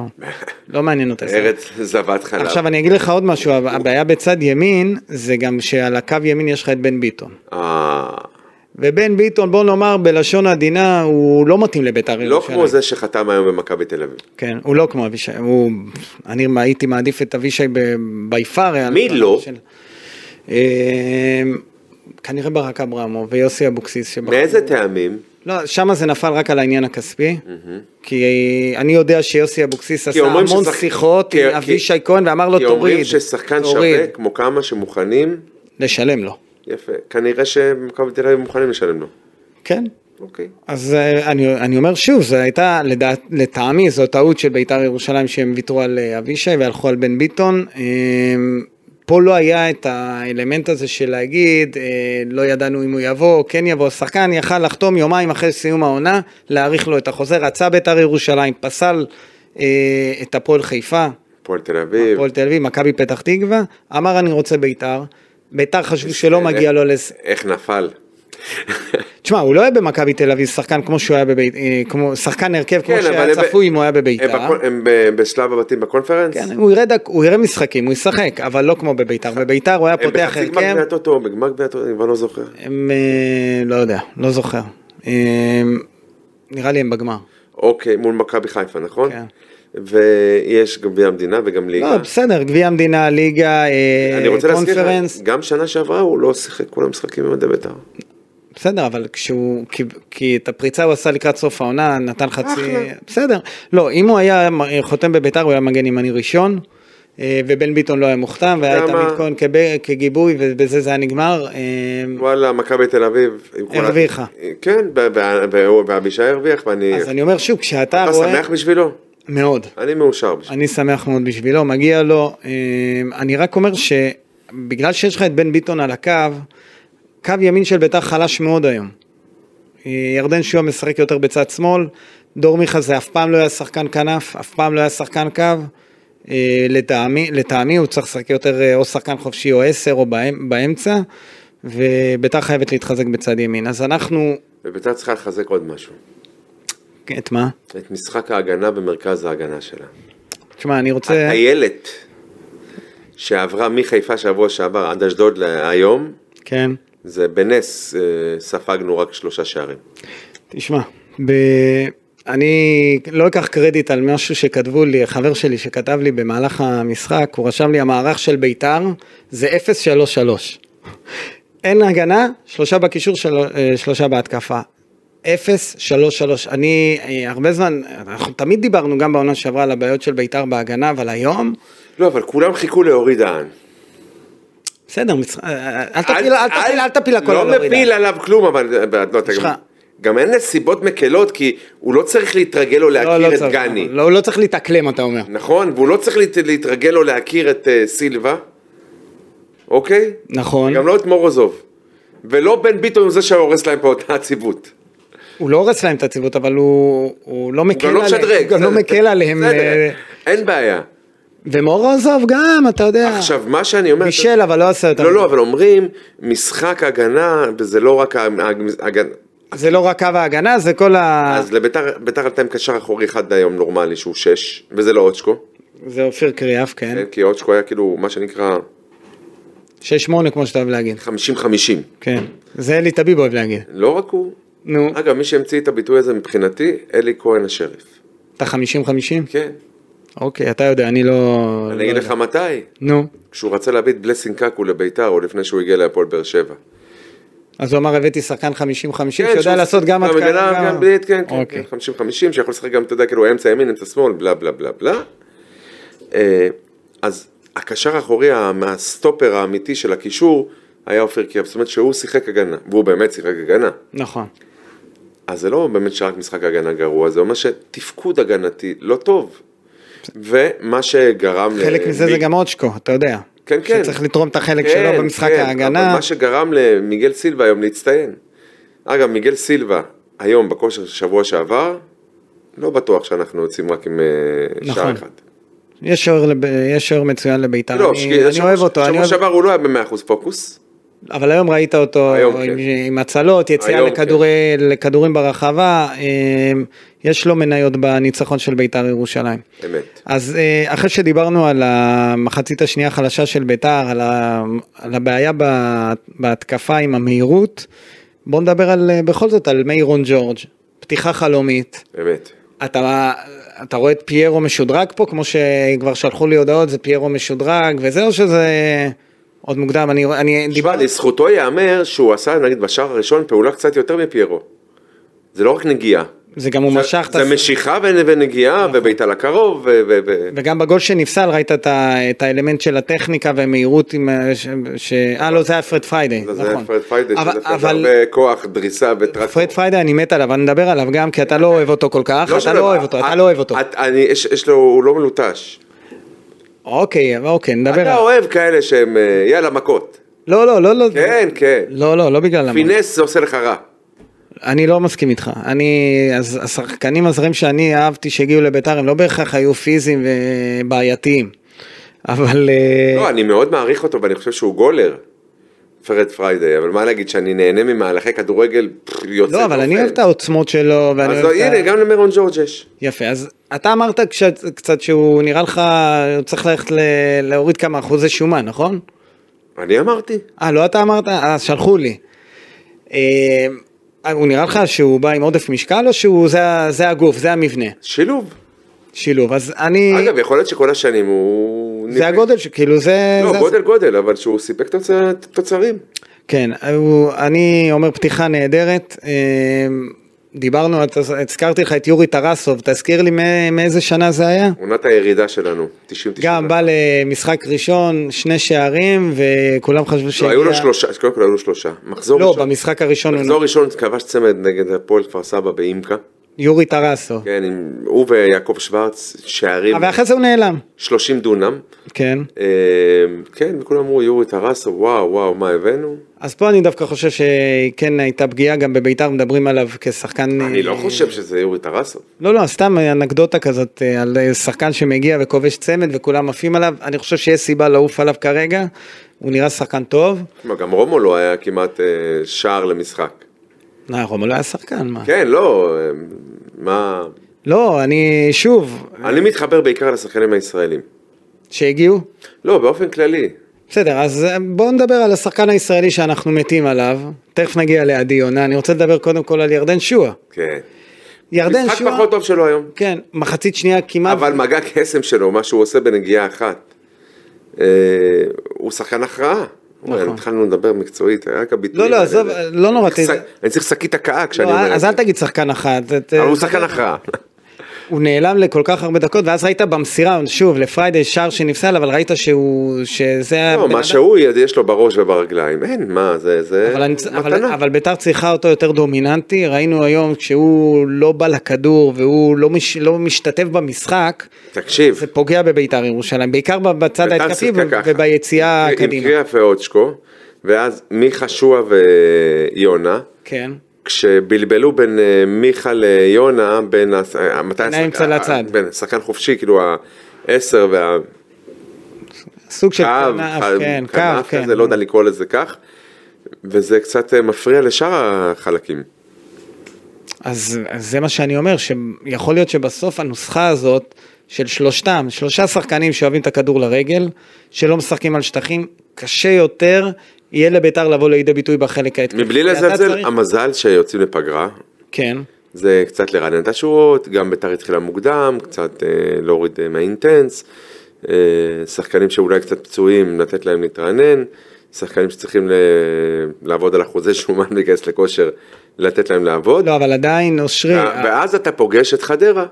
B: לא מעניין אותה.
C: ארץ זבת חלב.
B: עכשיו אני אגיד לך עוד משהו, הבעיה בצד ימין, זה גם שעל הקו ימין יש לך את בן ביטון.
C: אה,
B: ובן ביטון, בוא נאמר בלשון עדינה, הוא לא מתאים לביתר ירושלים.
C: לא כמו זה שחתם היום במכבי תל אביב.
B: כן, הוא לא כמו אבישי, הוא... אני הייתי מעדיף את אבישי ביפר.
C: מי לא?
B: אמ, כנראה ברק אברמוב ויוסי אבוקסיס. שבחרו-
C: מאיזה טעמים?
B: לא, שם זה נפל רק על העניין הכספי, כי אני יודע שיוסי אבוקסיס עשה
C: אומרים
B: המון
C: ששחק-
B: שיחות
C: כי-
B: עם
C: כי-
B: אבישי כהן ואמר לו
C: כי אומרים
B: תוריד,
C: ששחקן
B: תוריד,
C: שווה כמו כמה שמוכנים,
B: לשלם לו.
C: יפה, כנראה שמכבי תל אביב מוכנים לשלם לו.
B: כן.
C: אוקיי.
B: אז אה, אני, אני אומר שוב, זו הייתה, לדעת, לטעמי, זו טעות של בית"ר ירושלים שהם ויתרו על אה, אבישי והלכו על בן ביטון. אה, פה לא היה את האלמנט הזה של להגיד, אה, לא ידענו אם הוא יבוא או כן יבוא. שחקן יכל לחתום יומיים אחרי סיום העונה, להאריך לו את החוזה, רצה בית"ר ירושלים, פסל אה, את הפועל חיפה,
C: הפועל תל אביב.
B: הפועל תל אביב, מכבי פתח תקווה, אמר אני רוצה בית"ר. בית"ר חשבו שלא
C: איך-
B: מגיע לו לס...
C: איך נפל?
B: תשמע, הוא לא היה במכבי תל אביב שחקן כמו שהוא היה בבית... אה, כמו שחקן הרכב כמו שהיה
C: כן, הם ב-
B: צפוי אם הוא היה
C: הם
B: בביתר. אה?
C: בקו- הם ב- בשלב הבתים בקונפרנס?
B: כן, הוא יראה דק- הוא יראה משחקים, הוא ישחק, אבל לא כמו בביתר. בביתר הוא היה
C: הם
B: פותח כן.
C: בחצי גמר
B: הרכב.
C: גביעת אותו, בגמר גביעת אותו, אני כבר לא זוכר.
B: הם... אה, לא יודע, לא זוכר. אה, נראה לי הם בגמר.
C: אוקיי, מול מכבי חיפה, נכון?
B: כן.
C: ויש גביע המדינה וגם ליגה.
B: לא, בסדר, גביע המדינה, ליגה, אה,
C: אני רוצה להזכיר
B: קונפרנס. Mm.
C: לך, גם שנה שעברה הוא לא שיחק כל המשחקים עם עדי בית"ר.
B: בסדר, אבל כשהוא, כי, כי את הפריצה הוא עשה לקראת סוף העונה, נתן חצי,
C: אחלה.
B: בסדר. לא, אם הוא היה מ- חותם בביתר, הוא היה מגן ימני ראשון, אה, ובן ביטון לא היה מוכתם, והיה את
C: יודע מה?
B: עמית כהן כב- כגיבוי, ובזה זה היה נגמר. אה,
C: וואלה, מכבי תל אביב. עם כל ה-
B: הרוויחה.
C: כן, ב- ב- ב- ואבישי הרוויח, ואני...
B: אז אני אומר שוב, כשאתה
C: אתה
B: רואה...
C: שמח בשבילו?
B: מאוד.
C: אני מאושר בשבילו.
B: אני שמח מאוד בשבילו, מגיע לו. אמ, אני רק אומר שבגלל שיש לך את בן ביטון על הקו, קו ימין של ביתר חלש מאוד היום. אה, ירדן שועה משחק יותר בצד שמאל, דור מיכה זה אף פעם לא היה שחקן כנף, אף פעם לא היה שחקן קו. אה, לטעמי, לטעמי הוא צריך לשחק יותר אה, או שחקן חופשי או עשר או באמ- באמצע, וביתר חייבת להתחזק בצד ימין. אז אנחנו...
C: ובית"ר צריכה לחזק עוד משהו.
B: את מה?
C: את משחק ההגנה במרכז ההגנה שלה.
B: תשמע, אני רוצה...
C: הטיילת שעברה מחיפה שבוע שעבר עד אשדוד היום,
B: כן.
C: זה בנס אה, ספגנו רק שלושה שערים.
B: תשמע, ב... אני לא אקח קרדיט על משהו שכתבו לי, חבר שלי שכתב לי במהלך המשחק, הוא רשם לי המערך של בית"ר זה 0-3-3. אין הגנה, שלושה בקישור, של... אה, שלושה בהתקפה. 0-3-3. אני אה, הרבה זמן, אנחנו תמיד דיברנו גם בעונה שעברה על הבעיות של בית"ר בהגנה, אבל היום,
C: לא, אבל כולם חיכו לאורי דהן.
B: בסדר, מצ- אה, אה, אל תפיל, אל תפיל, אל תפיל הכל על
C: לא
B: אורידה.
C: מפיל עליו כלום, אבל... אבל- לא, אתה
B: יש לך
C: גם- גם אין נסיבות מקלות, כי הוא לא צריך להתרגל או
B: לא,
C: להכיר
B: לא
C: את
B: צריך,
C: גני.
B: לא, לא צריך להתאקלם, אתה אומר.
C: נכון? והוא לא צריך להת- להתרגל או להכיר את אה, סילבה, אוקיי?
B: נכון.
C: גם לא את מורוזוב. ולא בן ביטון הוא זה שהורס להם פה את העציבות.
B: הוא לא הורס להם את הציבות, אבל הוא, הוא לא
C: הוא
B: מקל
C: גם לא
B: עליהם.
C: משדרג.
B: הוא גם לא
C: בסדר.
B: מקל עליהם.
C: בסדר,
B: אה,
C: אין בעיה.
B: ומורוזוב גם, אתה יודע.
C: עכשיו, מה שאני אומר...
B: אה, מישל, אבל לא עשה את
C: לא, לא, אבל אומרים, משחק הגנה, וזה לא רק ההגנה.
B: זה לא רק קו ההגנה, זה כל ה...
C: אז לביתר ביתר עלתה עם קשר אחורי אחד היום נורמלי שהוא שש, וזה לא אוצ'קו,
B: זה אופיר קריאף, כן.
C: כן? כי אוצ'קו היה כאילו מה שנקרא
B: 6-8, כמו שאתה אוהב להגיד.
C: 50-50.
B: כן. זה אלי טביב אוהב להגיד.
C: לא רק הוא.
B: נו,
C: אגב, מי שהמציא את הביטוי הזה מבחינתי, אלי כהן השריף.
B: אתה 50-50?
C: כן.
B: אוקיי, אתה יודע, אני לא...
C: אני
B: לא
C: אגיד
B: יודע.
C: לך מתי.
B: נו,
C: כשהוא רצה להביא את בלסינג קקו לביתר, או לפני שהוא הגיע להפועל באר שבע.
B: אז הוא אמר, הבאתי שחקן 50-50 שיודע
C: כן, שהוא- לא,
B: לעשות גם התקנה.
C: הגנה, גם בליט, כן, כן,
B: אוקיי.
C: כן, 50-50, שיכול לשחק גם, אתה יודע, כאילו אמצע ימין, אמצע שמאל, בלה בלה בלה בלה. אה, אז הקשר האחורי, המ- הסטופר האמיתי של הקישור, היה אופיר קריאף, זאת אומרת שהוא שיחק הגנה, והוא באמת שיחק הגנה.
B: נכון.
C: אז זה לא באמת שרק משחק הגנה גרוע, זה אומר שתפקוד הגנתי לא טוב. ומה שגרם...
B: חלק
C: למיק-
B: מזה זה גם אוצ'קו, אתה יודע.
C: אה, כן, כן.
B: שצריך לתרום את החלק
C: כן,
B: שלו במשחק
C: כן, אבל
B: ההגנה.
C: מה שגרם למיגל סילבה היום להצטיין. אגב, מיגל סילבה היום בכושר של שבוע שעבר, לא בטוח שאנחנו יוצאים רק עם נכון.
B: נכון.
C: שער אחד.
B: יש שוער לב- יש שוער מצוין לבית"ר,
C: לא,
B: אני-
C: שק-
B: אני
C: שבוע-
B: אוהב אותו, אני
C: שבוע
B: אוהב-
C: שעבר הוא לא היה ב-100% פוקוס.
B: אבל היום ראית אותו
C: היום
B: עם-
C: כן.
B: עם הצלות, יציאה
C: היום כן.
B: לכדורי- לכדורים ברחבה, אה, יש לו מניות בניצחון של בית"ר ירושלים.
C: אמת.
B: אז אה, אחרי שדיברנו על המחצית השנייה החלשה של ביתר, על, ה, על הבעיה בה, בהתקפה עם המהירות, בוא נדבר על, אה, בכל זאת על מיירון ג'ורג', פתיחה חלומית.
C: אמת.
B: אתה, אתה רואה את פיירו משודרג פה, כמו שכבר שלחו לי הודעות, זה פיירו משודרג, וזה או שזה עוד מוקדם, אני, אני
C: דיבר
B: דיברתי,
C: לזכותו ייאמר שהוא עשה נגיד בשער הראשון פעולה קצת יותר מפיירו. זה לא רק נגיעה.
B: זה גם הוא
C: זה-
B: משך את נכון.
C: זה משיכה ו- ונגיעה וביתה לקרוב ו- ו- ו-
B: וגם בגול שנפסל ראית את, ה, את האלמנט של הטכניקה והמהירות עם... ה- ש... ש... אה לא זה היה פרד פריידי,
C: זה
B: נכון.
C: פרד פיידה,
B: אבל-
C: שזה
B: אבל-
C: הרבה כוח, דריסה וטרקטור.
B: פרד פריידי אני מת עליו, אני מדבר עליו גם כי אתה לא אוהב אותו כל כך, אתה
C: שלא-
B: לא אוהב אותו, אתה
C: את-
B: לא אוהב אותו.
C: אה, את- אני- יש יש לו, הוא לא מלוטש.
B: אוקיי, אוקיי, נדבר
C: אתה
B: עליו.
C: אוהב כאלה שהם, אה, יאללה, מכות.
B: לא, לא, לא, לא.
C: כן, כן.
B: לא, לא, לא בגלל המון.
C: פינס זה עושה לך רע.
B: כן. אני לא מסכים איתך. אני, אז השחקנים הזרים שאני אהבתי שהגיעו לביתר הם לא בהכרח היו פיזיים ובעייתיים. אבל... אה,
C: לא, אני מאוד מעריך אותו ואני חושב שהוא גולר. פרד פריידי, אבל מה להגיד שאני נהנה ממהלכי כדורגל פפ, יוצא
B: לא, אבל אני
C: דופן.
B: אוהב את העוצמות שלו, ואני
C: אז
B: אוהב
C: לא,
B: את ה-
C: הנה, גם למירון ג'ורג' יש.
B: יפה, אז אתה אמרת קצת, קצת שהוא נראה לך, הוא צריך ללכת ל- להוריד כמה אחוזי שומן, נכון?
C: אני אמרתי.
B: אה, לא אתה אמרת? אה, שלחו לי. אה, הוא נראה לך שהוא בא עם עודף משקל או שהוא, זה, ה- זה הגוף, זה המבנה?
C: שילוב.
B: שילוב, אז אני,
C: אגב, יכול להיות שכל השנים הוא...
B: אה. זה הגודל, ש- כאילו זה,
C: לא,
B: זה
C: גודל גודל, אבל שהוא סיפק תוצא- תוצרים.
B: כן, הוא, אני אומר פתיחה נהדרת. אה, דיברנו, אתה- הזכרתי לך את יורי טרסוב, תזכיר לי מא- מאיזה שנה זה היה?
C: עונת הירידה שלנו, 90-90.
B: גם בא למשחק ראשון, שני שערים, וכולם חשבו
C: לא, היו לו שלושה, קודם כל היו לו שלושה. מחזור
B: לא,
C: ראשון,
B: במשחק הראשון הוא
C: מחזור ראשון כבש צמד נגד הפועל כפר סבא באימקה.
B: יורי טרסו.
C: כן, עם- הוא ויעקב שוורץ, שערים,
B: אבל אחרי זה הוא נעלם.
C: 30 דונם.
B: כן.
C: אה, כן, וכולם אמרו יורי טרסו, וואו, וואו, מה הבאנו?
B: אז פה אני דווקא חושב שכן הייתה פגיעה, גם בביתר מדברים עליו כשחקן...
C: אני לא
B: אה,
C: חושב שזה יורי טרסו.
B: לא, לא, סתם אנקדוטה כזאת אה, על אה, שחקן שמגיע וכובש צמד וכולם עפים עליו, אני חושב שיש סיבה לעוף עליו כרגע, הוא נראה שחקן טוב.
C: תשמע, גם רומו לא היה כמעט אה, שער למשחק.
B: לא, רומא לא היה שחקן, מה?
C: כן, לא, אה, מה...
B: לא, אני, שוב,
C: אני מתחבר בעיקר לשחקנים הישראלים.
B: שהגיעו.
C: לא, באופן כללי.
B: בסדר, אז אה, בואו נדבר על השחקן הישראלי שאנחנו מתים עליו, תכף נגיע לעדי יונה, אני רוצה לדבר קודם כל על ירדן שועה.
C: כן.
B: ירדן
C: משחק
B: שועה,
C: פחות טוב שלו היום.
B: כן, מחצית שנייה כמעט,
C: אבל מגע קסם שלו, מה שהוא עושה בנגיעה אחת, אה, הוא שחקן הכרעה.
B: נכון.
C: נכון. התחלנו לדבר מקצועית, היה רק הביטויים.
B: לא, לא,
C: האלה.
B: עזוב,
C: אני
B: לא נורא,
C: צריך
B: ת-
C: שק- אני צריך שקית הכאה כשאני
B: לא,
C: אומר את
B: אז
C: זה.
B: אל תגיד שחקן אחת. את- אה,
C: אבל הוא שחקן הכרעה.
B: הוא נעלם לכל כך הרבה דקות, ואז ראית במסירה, שוב, לפריידי שער שנפסל, אבל ראית שהוא, שזה
C: לא,
B: הבן
C: מה
B: אדם.
C: שהוא יש לו בראש וברגליים, אין, מה, זה, זה
B: אבל, אני, צ- אבל,
C: אה, מתנה.
B: אבל ביתר צריכה אותו יותר דומיננטי, ראינו היום כשהוא לא בא לכדור והוא לא, מש, לא משתתף במשחק,
C: תקשיב,
B: זה פוגע בביתר ירושלים, בעיקר בצד
C: ביתר
B: ההתקפי
C: שיחקה
B: ו-
C: ככה.
B: וביציאה
C: עם
B: קדימה.
C: קריאף ואוצ'קו, ואז מיכה שועה ויונה,
B: כן,
C: כשבלבלו בין אה, מיכה ליונה, בין הס- אה, מתי השחק-
B: האמצע
C: אה,
B: לצד.
C: בין השחקן חופשי, כאילו העשר וה...
B: סוג של
C: קו,
B: כנף,
C: ח-
B: כן, קו,
C: כנף
B: כן.
C: כזה, לא יודע לקרוא לזה כך, וזה קצת אה, מפריע לשאר החלקים.
B: כן. אז, אז זה מה שאני אומר, שיכול להיות שבסוף הנוסחה הזאת של שלושתם, שלושה שחקנים שאוהבים את הכדור לרגל, שלא משחקים על שטחים, קשה יותר יהיה לביתר לבוא לידי ביטוי בחלק ההתקפי.
C: מבלי
B: כי אתה
C: לזלזל,
B: צריך-
C: המזל שיוצאים לפגרה,
B: כן,
C: זה קצת לרענן את השורות, גם ביתר התחילה מוקדם, קצת אה, להוריד אה, מהאינטנס, אה, שחקנים שאולי קצת פצועים, לתת להם להתרענן, שחקנים שצריכים ל... לעבוד על אחוזי שומן ולהיכנס לכושר, לתת להם לעבוד,
B: לא, אבל עדיין, אושרי,
C: אה, ואז אתה פוגש את חדרה.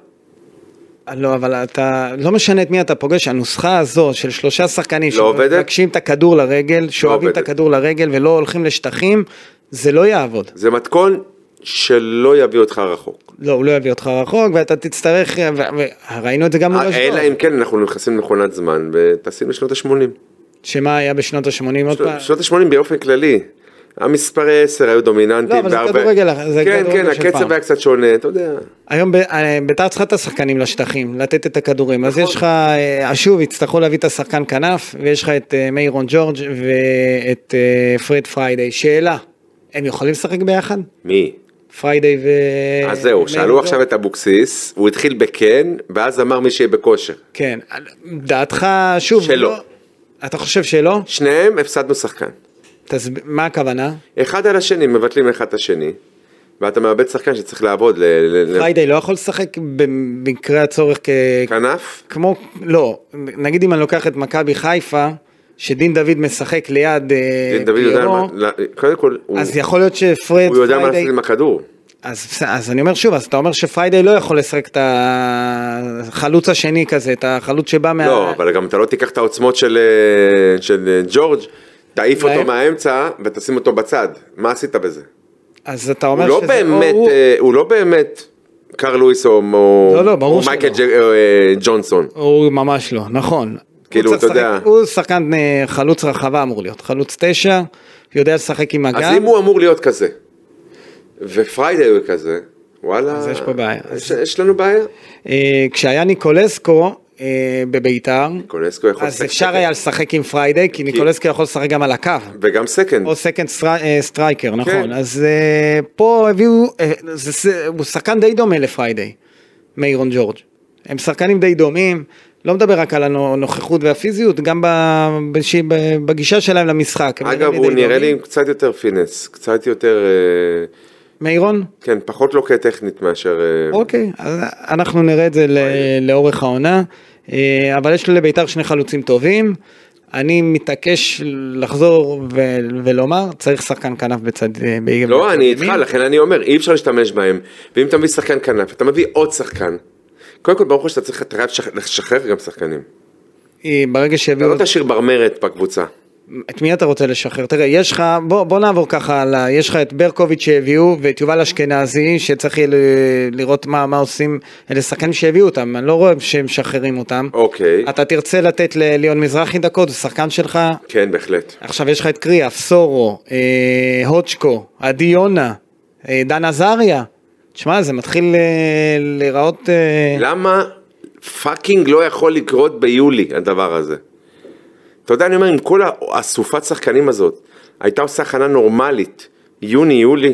B: לא, אבל אתה, לא משנה את מי אתה פוגש, הנוסחה הזו של שלושה שחקנים
C: לא עובדת? לא
B: שמבקשים את הכדור לרגל, שאוהבים את
C: עובדת.
B: הכדור לרגל ולא הולכים לשטחים, זה לא יעבוד.
C: זה מתכון שלא יביא אותך רחוק.
B: לא, הוא לא יביא אותך רחוק, ואתה תצטרך, ו- ו- ראינו את זה גם מול אשדוד.
C: אלא אם כן אנחנו נכנסים למכונת זמן, וטסים לשנות ה-80.
B: שמה היה בשנות ה-80 עוד פעם?
C: שנות ה-80 באופן כללי. המספרי 10 היו דומיננטיים.
B: לא, אבל זה
C: בהרבה-
B: כדורגל, זה
C: כן,
B: כדורגל
C: כן,
B: של פעם.
C: הקצב היה קצת שונה, אתה יודע.
B: היום ב- אה, ביתר צריכה את השחקנים לשטחים, לתת את הכדורים. אז
C: נכון.
B: יש לך, אה, שוב, יצטרכו להביא את השחקן כנף, ויש לך את אה, מיירון ג'ורג' ואת אה, פרד פריידי. שאלה, הם יכולים לשחק ביחד?
C: מי?
B: פריידי ו...
C: אז זהו, שאלו
B: מיירון
C: עכשיו
B: ג'ורג'?
C: את אבוקסיס, הוא התחיל בכן, ואז אמר מי שיהיה בכושר.
B: כן, דעתך, שוב...
C: שלא.
B: לא- אתה חושב שלא?
C: שניהם הפסדנו שחקן.
B: תסב... מה הכוונה?
C: אחד על השני, מבטלים אחד את השני, ואתה מאבד שחקן שצריך לעבוד ל- ל- ל-
B: פריידי לא יכול לשחק במקרה הצורך כ...
C: כן. כנף.
B: כמו, לא, נגיד אם אני לוקח את מכבי חיפה, שדין דוד משחק ליד אה,
C: דין דוד יודע,
B: פיירו,
C: מה- לא, קודם כל, הוא
B: אז יכול להיות שפרד
C: הוא יודע מה
B: פריידי,
C: לעשות עם הכדור.
B: אז, בס- אז אני אומר שוב, אז אתה אומר שפריידי לא יכול לשחק את החלוץ השני כזה, את החלוץ שבא מה...
C: לא, אבל גם אתה לא תיקח את העוצמות של, אה, של אה, ג'ורג', תעיף אותו
B: להם?
C: מהאמצע ותשים אותו בצד. מה עשית בזה?
B: אז אתה אומר
C: הוא לא
B: שזה...
C: באמת,
B: או הוא,
C: אה, הוא לא באמת קרל לואיס או-
B: לא, לא,
C: או
B: ברור
C: או מייקל
B: שלא.
C: ג'- אה, ג'ונסון.
B: הוא ממש לא, נכון.
C: כאילו,
B: הוא צריך
C: אתה יודע-
B: לשחק- הוא שחקן אה, חלוץ רחבה אמור להיות, חלוץ תשע, יודע לשחק עם הגב.
C: אז אם הוא אמור להיות כזה, ופריידי הוא כזה, וואלה,
B: אז יש פה בעיה.
C: יש, יש לנו בעיה.
B: אה, כשהיה ניקולסקו אה, בביתר,
C: ניקולסקו יכול
B: אז
C: לשחק
B: אפשר
C: סקנד.
B: היה לשחק עם פריידי, כי ניקולסקו יכול לשחק גם על הקו,
C: וגם סקנד,
B: או סקנד סטרייקר, נכון.
C: כן.
B: אז אה, פה הביאו, אה, זה- זה- הוא שחקן די דומה לפריידי, מיירון ג'ורג'. הם שחקנים די דומים, לא מדבר רק על הנוכחות והפיזיות, גם ב- בש- ב- בגישה שלהם למשחק. הם נראים
C: אגב
B: לי
C: הוא
B: די
C: נראה לי
B: דומים.
C: עם קצת יותר פינס, קצת יותר, אה,
B: מיירון?
C: כן, פחות לוקה טכנית מאשר, אה,
B: אוקיי, אז אנחנו נראה את זה ל- לאורך העונה, אה, אבל יש לביתר שני חלוצים טובים. אני מתעקש לחזור ו- ולומר, צריך שחקן כנף בצד... אה, ב- בצד
C: לא, אני איתך,
B: ימין.
C: לכן אני אומר, אי אפשר להשתמש בהם. ואם אתה מביא שחקן כנף, אתה מביא עוד שחקן. קודם כל, ברור שאתה צריך, אתה חייב לשח- לשחרר גם שחקנים.
B: אה, ברגע
C: אתה
B: שהביאו...
C: לא תשאיר ברמרת בקבוצה.
B: את מי אתה רוצה לשחרר? תראה, יש לך... בוא, בוא נעבור ככה הלאה. יש לך את ברקוביץ' שהביאו, ואת יובל אשכנזי, שצריך יהיה ל- לראות מה, מה עושים. אלה שחקנים שהביאו אותם, אני לא רואה שהם משחררים אותם.
C: אוקיי,
B: אתה תרצה לתת לליון מזרחי דקות, הוא שחקן שלך,
C: כן, בהחלט.
B: עכשיו יש לך את קריאף, סורו, אה, הוצ'קו, עדי יונה, אה, דן עזריה. תשמע, זה מתחיל אה, להיראות... אה,
C: למה פאקינג לא יכול לקרות ביולי הדבר הזה? אתה יודע, אני אומר, עם כל האסופת שחקנים הזאת, הייתה עושה הכנה נורמלית, יוני, יולי,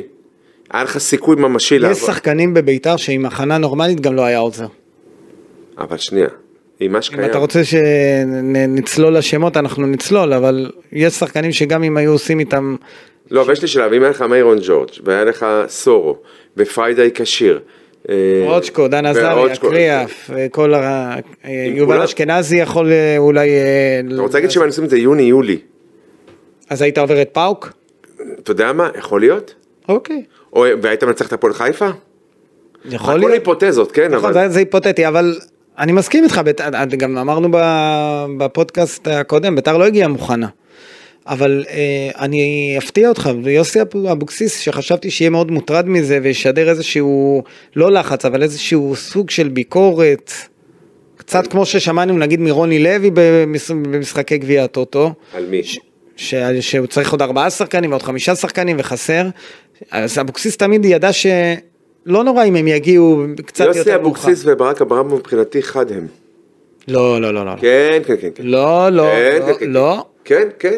C: היה לך סיכוי ממשי
B: יש
C: לעבור.
B: שחקנים בביתר שעם הכנה נורמלית גם לא היה עוזר.
C: אבל שנייה, עם מה שקיים.
B: אם אתה רוצה שנצלול לשמות, אנחנו נצלול, אבל יש שחקנים שגם אם היו עושים איתם...
C: לא, אבל יש לי שאלה, ואם היה לך מיירון ג'ורג', והיה לך סורו, ופריידי כשיר. אה,
B: רודשקו, דן עזריה,
C: ואוצ'קו,
B: קריאף, אה, כל ה... אה, יובל
C: כולם.
B: אשכנזי יכול אה, אולי... אה,
C: אתה רוצה להגיד שאם אני עושים את זה יוני-יולי,
B: אז היית עובר את פאוק?
C: אתה יודע מה, יכול להיות?
B: אוקיי.
C: או, והיית מנצח את הפועל חיפה?
B: יכול
C: הכל
B: להיות.
C: היפותזות, כן,
B: נכון,
C: אבל...
B: זה, זה היפותטי, אבל אני מסכים איתך, בת... את- גם אמרנו ב- בפודקאסט הקודם, ביתר לא הגיעה מוכנה. אבל אה, אני אפתיע אותך, ויוסי אבוקסיס, שחשבתי שיהיה מאוד מוטרד מזה וישדר איזשהו, לא לחץ, אבל איזשהו סוג של ביקורת, קצת כמו ששמענו נגיד מרוני לוי במש... במשחקי גביע הטוטו.
C: על מי?
B: ש... שהוא צריך עוד ארבעה שחקנים ועוד חמישה שחקנים וחסר. אז אבוקסיס תמיד ידע שלא נורא אם הם יגיעו קצת
C: יוסי
B: יותר מאוחר.
C: אבוקסיס וברק אברהם מבחינתי חד הם.
B: לא, לא, לא, לא.
C: כן, כן, כן. כן.
B: לא, לא,
C: כן,
B: לא,
C: כן, כן.
B: לא.
C: כן, כן.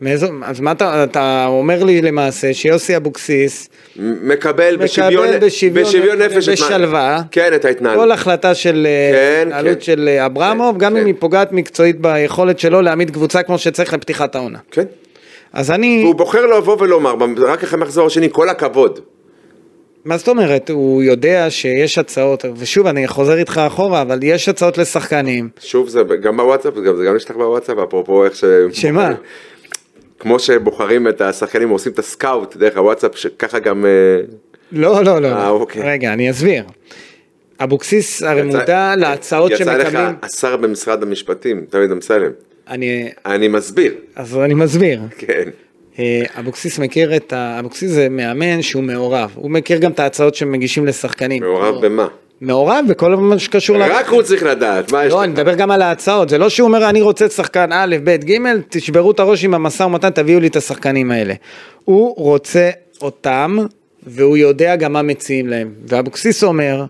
B: מאיזו, אז מה אתה, אתה אומר לי למעשה שיוסי אבוקסיס,
C: מקבל
B: מקבל
C: בשוויון
B: בשוויון-
C: בשוויון נפש. את מה-
B: בשלווה.
C: כן, את ההתנהלות.
B: כל החלטה של אה,
C: כן,
B: התנהלות
C: כן.
B: של אה, אברמוב,
C: כן,
B: גם אם
C: כן.
B: היא פוגעת מקצועית ביכולת שלו להעמיד קבוצה כמו שצריך לפתיחת העונה.
C: כן.
B: אז אני,
C: והוא בוחר לבוא ולומר, רק אחרי המחזור השני, כל הכבוד.
B: מה זאת אומרת, הוא יודע שיש הצעות, ושוב אני חוזר איתך אחורה, אבל יש הצעות לשחקנים,
C: שוב, זה גם בוואטסאפ, גם- זה גם נשלח בוואטסאפ, אפרופו איך ש...
B: שמה?
C: אוקיי. כמו שבוחרים את השחקנים, עושים את הסקאוט דרך הוואטסאפ, שככה גם... אה,
B: לא, לא, לא. לא.
C: אה, אוקיי.
B: רגע, אני אסביר. אבוקסיס הרי
C: יצא-
B: מודע להצעות
C: יצא
B: שמקבלים.
C: לך השר במשרד המשפטים, דוד אמסלם.
B: אני,
C: אני מסביר,
B: אז אני מסביר.
C: כן.
B: אה, אבוקסיס מכיר את ה... אבוקסיס זה מאמן שהוא מעורב. הוא מכיר גם את ההצעות שמגישים לשחקנים.
C: מעורב במה?
B: מעורב בכל מה שקשור ל...
C: רק הוא צריך לדעת, מה יש
B: לא, אני
C: לך?
B: מדבר גם על ההצעות. זה לא שהוא אומר, אני רוצה שחקן א', ב', ג', תשברו את הראש עם המשא ומתן, תביאו לי את השחקנים האלה. הוא רוצה אותם, והוא יודע גם מה מציעים להם. ואבוקסיס אומר,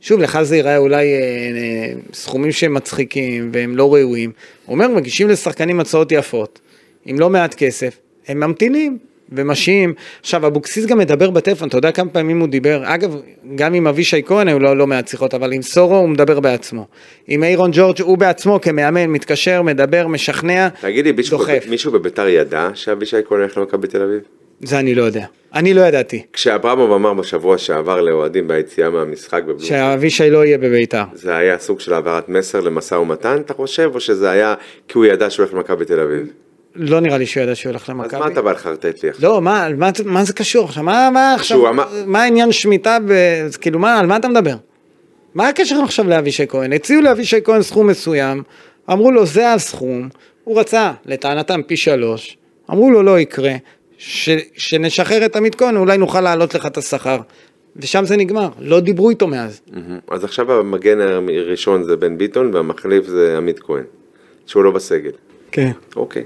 B: שוב, לך זה ייראה אולי אה, אה, סכומים שהם מצחיקים והם לא ראויים. הוא אומר, מגישים לשחקנים הצעות יפות, עם לא מעט כסף, הם ממתינים. ומשיים. עכשיו, אבוקסיס גם מדבר בטלפון, אתה יודע כמה פעמים הוא דיבר? אגב, גם עם אבישי כהן היו לו לא מעט שיחות, אבל עם סורו הוא מדבר בעצמו. עם איירון ג'ורג' הוא בעצמו כמאמן מתקשר, מדבר, משכנע,
C: תגידי, מישהו
B: דוחף.
C: בב- מישהו בביתר ידע שאבישי כהן הולך למכבי תל אביב?
B: זה אני לא יודע. אני לא ידעתי
C: כשאברמוב אמר בשבוע שעבר לאוהדים ביציאה מהמשחק בבלומפילד,
B: שאבישי לא יהיה בביתר.
C: זה היה סוג של העברת מסר למשא ומתן, אתה חושב, או שזה היה כי הוא ידע שהוא הולך למכבי תל אביב?
B: לא נראה לי שהוא ידע שהוא הולך
C: אז
B: למכבי.
C: מה אתה בא לחרטט לי עכשיו?
B: לא, מה, מה, מה זה קשור עכשיו? מה, מה עכשיו?
C: שהוא אמר-
B: מה העניין שמיטה? ב... אז כאילו, מה, על מה אתה מדבר? מה הקשר עכשיו לאבישי כהן? הציעו לאבישי כהן סכום מסוים, אמרו לו זה הסכום, הוא רצה, לטענתם פי שלוש, אמרו לו לא יקרה, ש... שנשחרר את עמית כהן אולי נוכל להעלות לך את השכר. ושם זה נגמר, לא דיברו איתו מאז.
C: מהמם. אז עכשיו המגן הראשון זה בן ביטון והמחליף זה עמית כהן, שהוא לא בסגל.
B: כן.
C: אוקיי.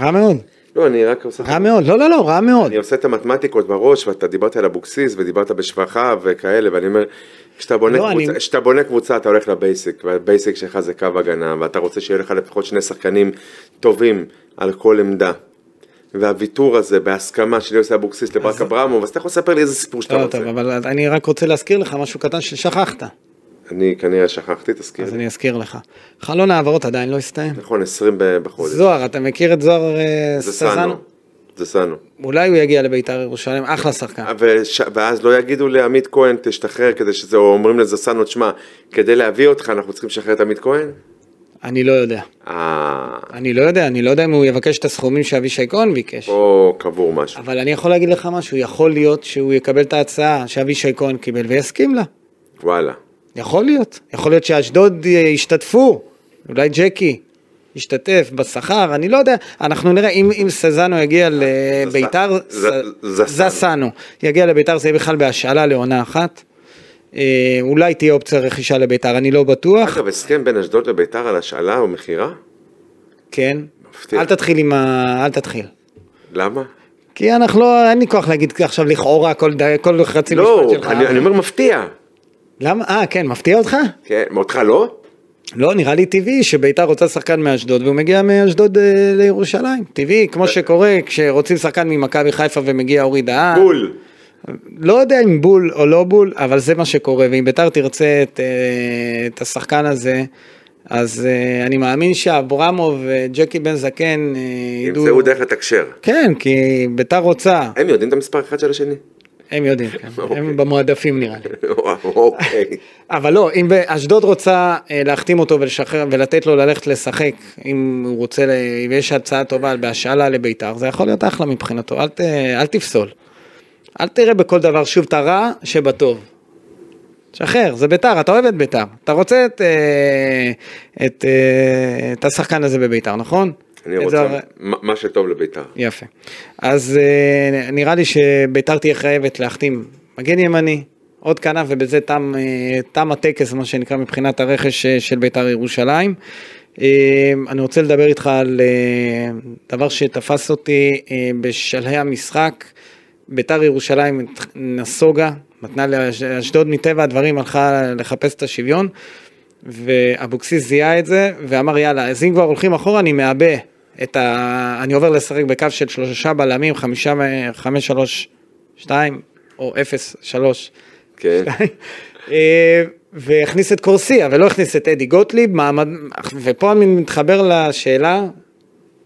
B: רע מאוד,
C: לא, אני רק עושה...
B: רע מאוד, לא לא לא, רע מאוד.
C: אני עושה את המתמטיקות בראש, ואתה דיברת על אבוקסיס ודיברת בשבחה וכאלה, ואני אומר, כשאתה בונה,
B: לא,
C: לא, קבוצה,
B: אני-
C: אני... כשאתה בונה קבוצה אתה הולך לבייסיק, והבייסיק שלך זה קו הגנה, ואתה רוצה שיהיה לך לפחות שני שחקנים טובים על כל עמדה. והוויתור הזה בהסכמה של יוסי אבוקסיס לברק אברמוב, אז אתה יכול לספר לי איזה סיפור שאתה
B: לא
C: רוצה.
B: טוב, אבל אני רק רוצה להזכיר לך משהו קטן ששכחת,
C: אני כנראה שכחתי, תזכיר.
B: אז
C: לי.
B: אני אזכיר לך. חלון ההעברות עדיין לא הסתיים.
C: נכון, 20 ב- בחודש.
B: זוהר, אתה מכיר את זוהר אה,
C: זה
B: סזן?
C: סנו. זה סנו.
B: אולי הוא יגיע לביתר ירושלים, אחלה שחקן.
C: וש... ואז לא יגידו לעמית כהן, תשתחרר כדי שזה, או אומרים לזסנו, תשמע, כדי להביא אותך אנחנו צריכים לשחרר את עמית כהן?
B: אני לא יודע.
C: אה,
B: אני לא יודע, אני לא יודע אם הוא יבקש את הסכומים שאבישי כהן ביקש.
C: פה קבור משהו.
B: אבל אני יכול להגיד לך משהו, יכול להיות שהוא יקבל את ההצעה שאבישי כהן קיבל ויסכים לה.
C: וואלה.
B: יכול להיות. יכול להיות שאשדוד אה, ישתתפו, אולי ג'קי ישתתף בשכר, אני לא יודע. אנחנו נראה, אם, אם סזנו יגיע
C: אה,
B: לביתר,
C: ז- ז- זסנו.
B: זסנו, יגיע לביתר זה יהיה בכלל בהשאלה לעונה אחת. אה, אולי תהיה אופציה רכישה לביתר, אני לא בטוח.
C: אגב, הסכם בין אשדוד לביתר על השאלה או מכירה?
B: כן.
C: מפתיע.
B: אל תתחיל עם ה... אל תתחיל.
C: למה?
B: כי אנחנו לא, אין לי כוח להגיד עכשיו לכאורה כל, ד... כל חצי
C: לא,
B: משפט שלך.
C: אני אני אומר מפתיע.
B: למה? אה, כן, מפתיע אותך?
C: כן, אותך לא?
B: לא, נראה לי טבעי שביתר רוצה שחקן מאשדוד והוא מגיע מאשדוד אה, לירושלים. טבעי,
C: אה.
B: כמו שקורה כשרוצים שחקן ממכבי חיפה ומגיע אורי דהן.
C: בול.
B: לא יודע אם בול או לא בול, אבל זה מה שקורה, ואם ביתר תרצה את, אה, את השחקן הזה, אז אה, אני מאמין שאברמוב וג'קי בן זקן אה, ידעו...
C: ימצאו דרך אה. לתקשר.
B: כן, כי ביתר רוצה,
C: הם יודעים את המספר אחד של השני? <laughs>
B: הם יודעים, כן.
C: אוקיי.
B: הם במועדפים נראה לי.
C: וואו, אוקיי.
B: אבל לא, אם אשדוד רוצה אה, להחתים אותו ולשחרר ולתת לו ללכת לשחק, אם הוא רוצה, ל- אם יש הצעה טובה על בהשאלה לביתר, זה יכול להיות אחלה אה, מבחינתו, אל, ת, אל תפסול. אל תראה בכל דבר שוב את הרע שבטוב. שחרר, זה ביתר, אתה אוהב את ביתר. אתה רוצה את, אה, את, אה, את השחקן הזה בביתר, נכון?
C: אני
B: את
C: רוצה
B: זר-
C: מה מה שטוב לביתר.
B: יפה. אז אה, נראה לי שביתר תהיה חייבת להחתים מגן ימני, עוד כנף, ובזה תם, אה, תם הטקס, מה שנקרא, מבחינת הרכש אה, של ביתר ירושלים. אה, אני רוצה לדבר איתך על אה, דבר שתפס אותי אה, בשלהי המשחק. ביתר ירושלים נסוגה, נתנה לאשדוד מטבע הדברים, הלכה לחפש את השוויון. ואבוקסיס זיהה את זה ואמר יאללה אז אם כבר הולכים אחורה אני מעבה את ה... אני עובר לשחק בקו של שלושה בלמים חמישה חמש שלוש שתיים או אפס שלוש <laughs>
C: כן.
B: אה, והכניס את קורסיה ולא הכניס את אדי גוטליב מעמד ופה אני מתחבר לשאלה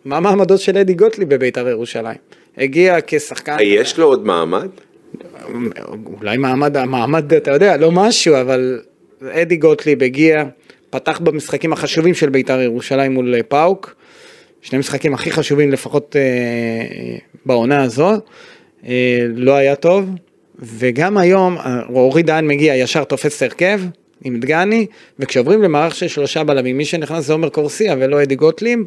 B: מה מעמדו של אדי גוטליב בבית"ר ירושלים הגיע כשחקן
C: אה, יש לו עוד מעמד?
B: כן. אולי מעמד, המעמד, אתה יודע, לא משהו, אבל אדי גוטליב הגיע, פתח במשחקים החשובים של בית"ר ירושלים מול אה, פאוק, שני משחקים הכי חשובים לפחות אה, אה, בעונה הזו, אה, לא היה טוב, וגם היום אה, אורי דהן מגיע, ישר תופס הרכב. עם דגני, וכשעוברים למערך של שלושה בלמים, מי שנכנס זה עומר קורסיה ולא אדי גוטליב,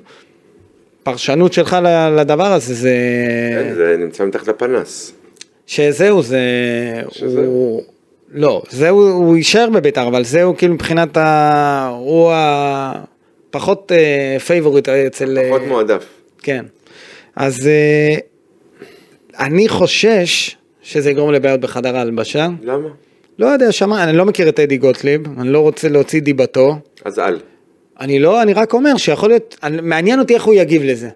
B: פרשנות שלך ל- לדבר הזה זה...
C: כן, זה נמצא מתחת לפנס.
B: שזהו, זה...
C: שזהו.
B: הוא... לא, זהו, הוא יישאר בביתר, אבל זהו כאילו מבחינת ה... הוא הפחות אה, פייבוריט אצל... אה,
C: פחות מועדף.
B: כן. אז אה, אני חושש שזה יגרום לבעיות בחדר ההלבשה.
C: למה?
B: לא יודע, שמע, אני לא מכיר את אדי גוטליב, אני לא רוצה להוציא דיבתו.
C: אז אל.
B: אני לא, אני רק אומר שיכול להיות, אני- מעניין אותי איך הוא יגיב לזה.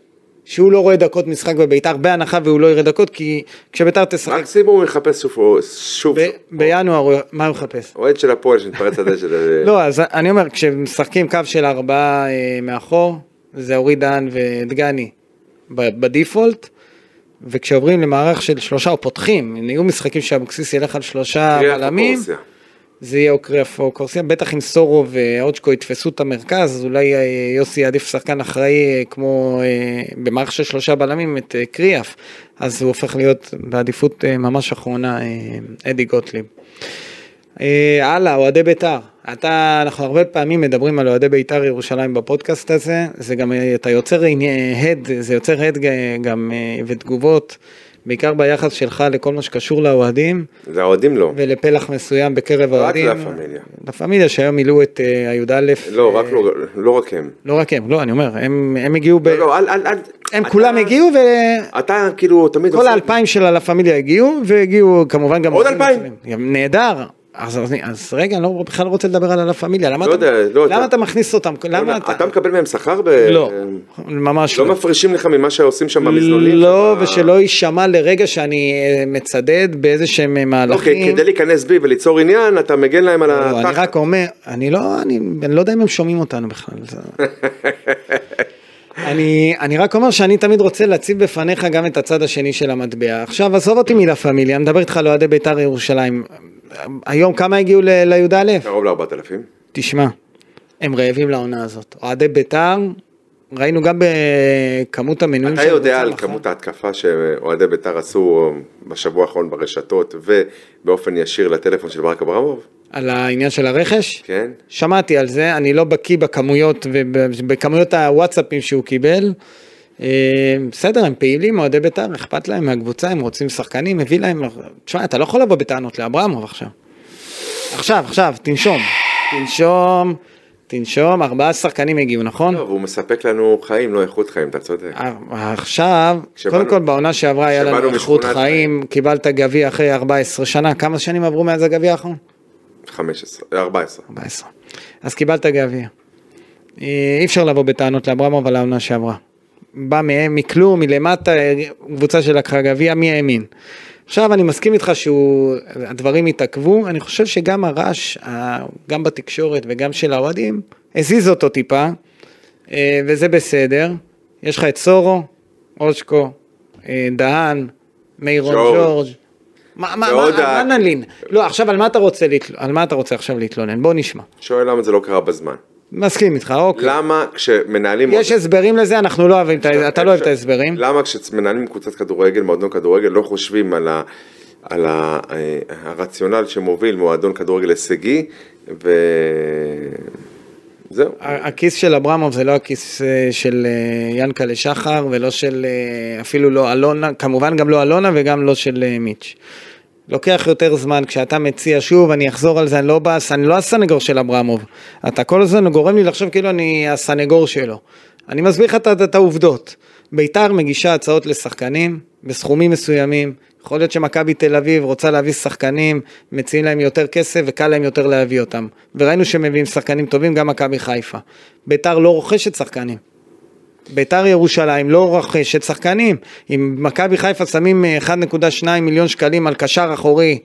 B: שהוא לא רואה דקות משחק בביתר, בהנחה והוא לא יראה דקות, כי כשביתר תשחק
C: מקסימום הוא יחפש שוב, שוב, שוב,
B: ב- בינואר, הוא- מה הוא מחפש?
C: אוהד של הפועל שמתפרץ לדשא של...
B: לא, אז אני אומר, כשמשחקים קו של ארבעה אה, מאחור, זה אורי דהן ודגני ב- בדיפולט, וכשעוברים למערך של שלושה, או פותחים, אם יהיו משחקים שאבוקסיס ילך על שלושה
C: קריאה
B: בלמים,
C: פרופורציה.
B: זה יהיה אוקריאף או קורסיה, בטח אם סורו ואוצ'קו יתפסו את המרכז, אז אולי אה, יוסי יעדיף שחקן אחראי אה, כמו אה, במערך של שלושה בלמים את אה, קריאף, אז הוא הופך להיות בעדיפות אה, ממש אחרונה, אה, אדי גוטליב. אה, הלאה, אוהדי בית"ר. אתה, אנחנו הרבה פעמים מדברים על אוהדי בית"ר ירושלים בפודקאסט הזה, זה גם, אה, אתה יוצר עני- הד, זה יוצר הד ג- גם אה, ותגובות, בעיקר ביחס שלך לכל מה שקשור לאוהדים.
C: זה האוהדים לא.
B: ולפלח מסוים בקרב האוהדים.
C: לה פמיליה.
B: לה פמיליה שהיום מילאו את אה, הי"א.
C: לא,
B: אה,
C: רק לא, לא רק הם.
B: לא רק הם, לא, אני אומר, הם הם הגיעו, ב-
C: לא, לא, אל, אל, אל.
B: הם
C: אתה-
B: כולם הגיעו
C: אתה כאילו תמיד
B: וכל האלפיים של לה פמיליה הגיעו, והגיעו כמובן גם...
C: עוד
B: אוהדים
C: אלפיים?
B: אחרים. נהדר. אז, אז, אז רגע, אני לא בכלל רוצה לדבר על לה פמיליה, למה,
C: לא
B: אתה,
C: יודע, לא,
B: למה
C: אתה-
B: אתה מכניס אותם? למה אתה...
C: כן, אתה... אתה מקבל מהם שכר ב...
B: לא, ממש
C: לא מפרישים לך ממה שעושים שם במזנונים?
B: לא,
C: שם אה. ב-
B: ושלא יישמע לרגע שאני אה, מצדד באיזה שהם אה,
C: אוקיי,
B: מהלכים.
C: כדי להיכנס בי וליצור עניין, אתה מגן להם על
B: לא, אני
C: התחת.
B: רק אומר, אני לא, אני, אני לא יודע אם הם שומעים אותנו בכלל.
C: <laughs>
B: זה- אני, אני רק אומר שאני תמיד רוצה להציב בפניך גם את הצד השני של המטבע. עכשיו, עזוב אותי מלה פמיליה, אני מדבר איתך על אוהדי בית"ר ירושלים. היום כמה הגיעו ל- לי"א?
C: קרוב ל-4,000.
B: תשמע, הם רעבים לעונה הזאת. אוהדי בית"ר, ראינו גם בכמות המנויים
C: אתה
B: שהם
C: יודע
B: רוצים
C: על
B: אחר-
C: כמות ההתקפה שאוהדי בית"ר עשו בשבוע האחרון ברשתות ובאופן ישיר לטלפון של ברק אברמוב?
B: על העניין של הרכש? <laughs>
C: כן.
B: שמעתי על זה, אני לא בקיא בכמויות ובכמויות הוואטסאפים שהוא קיבל. אה, בסדר, הם פעילים, אוהדי בית"ר, אכפת להם מהקבוצה, הם רוצים שחקנים, מביא להם... תשמע, אתה לא יכול לבוא בטענות לאברמוב עכשיו. עכשיו, עכשיו, תנשום. תנשום, תנשום, ארבעה שחקנים הגיעו, נכון?
C: לא, והוא מספק לנו חיים, לא איכות חיים, אתה צודק.
B: אה, עכשיו,
C: כשבאנו-
B: קודם כל בעונה שעברה היה לנו
C: כשבאנו
B: איכות
C: משכונת
B: חיים, קיבלת גביע אחרי 14 שנה, כמה שנים עברו מאז הגביע האחרון?
C: 15, 14.
B: 14. אז קיבלת גביע. אה, אי אפשר לבוא בטענות לאברמוב על העונה שעברה. בא מהם, מכלום, מלמטה, אה, קבוצה שלקחה גביע, מי האמין? עכשיו אני מסכים איתך שהדברים התעכבו, אני חושב שגם הרעש, ה- גם בתקשורת וגם של האוהדים, הזיז אותו טיפה, אה, וזה בסדר. יש לך את סורו, אושקו, אה, דהן, מאירון
C: ג'ורג'.
B: ג'ורג'. מה, מה,
C: ועוד
B: מה,
C: ה-
B: מה נלין? לא, עכשיו על מה אתה רוצה, להתל... על מה אתה רוצה עכשיו להתלונן? בוא נשמע.
C: שואל למה זה לא קרה בזמן.
B: מסכים איתך, אוקיי.
C: למה כשמנהלים...
B: יש הסברים לזה, אנחנו לא אוהבים, את ה- אתה לא אוהב את ההסברים.
C: למה כשמנהלים קבוצת כדורגל, מועדון כדורגל, לא חושבים על ה... על ה- אה, הרציונל שמוביל מועדון כדורגל הישגי, וזהו.
B: ה- הכיס של אברמוב זה לא הכיס אה, של אה, ינקלה שחר ולא של אה, אפילו לא אלונה, כמובן גם לא אלונה וגם לא של אה, מיץ'. לוקח יותר זמן כשאתה מציע שוב, אני אחזור על זה, אני לא, בס, אני לא הסנגור של אברמוב. אתה כל הזמן גורם לי לחשוב כאילו אני הסנגור שלו. אני מסביר לך את, את העובדות. ביתר מגישה הצעות לשחקנים בסכומים מסוימים. יכול להיות שמכבי תל אביב רוצה להביא שחקנים, מציעים להם יותר כסף וקל להם יותר להביא אותם. וראינו שמביאים שחקנים טובים, גם מכבי חיפה. ביתר לא רוכשת שחקנים. ביתר ירושלים לא רוכשת שחקנים. אם מכבי חיפה שמים אה, 1.2 מיליון שקלים על קשר אחורי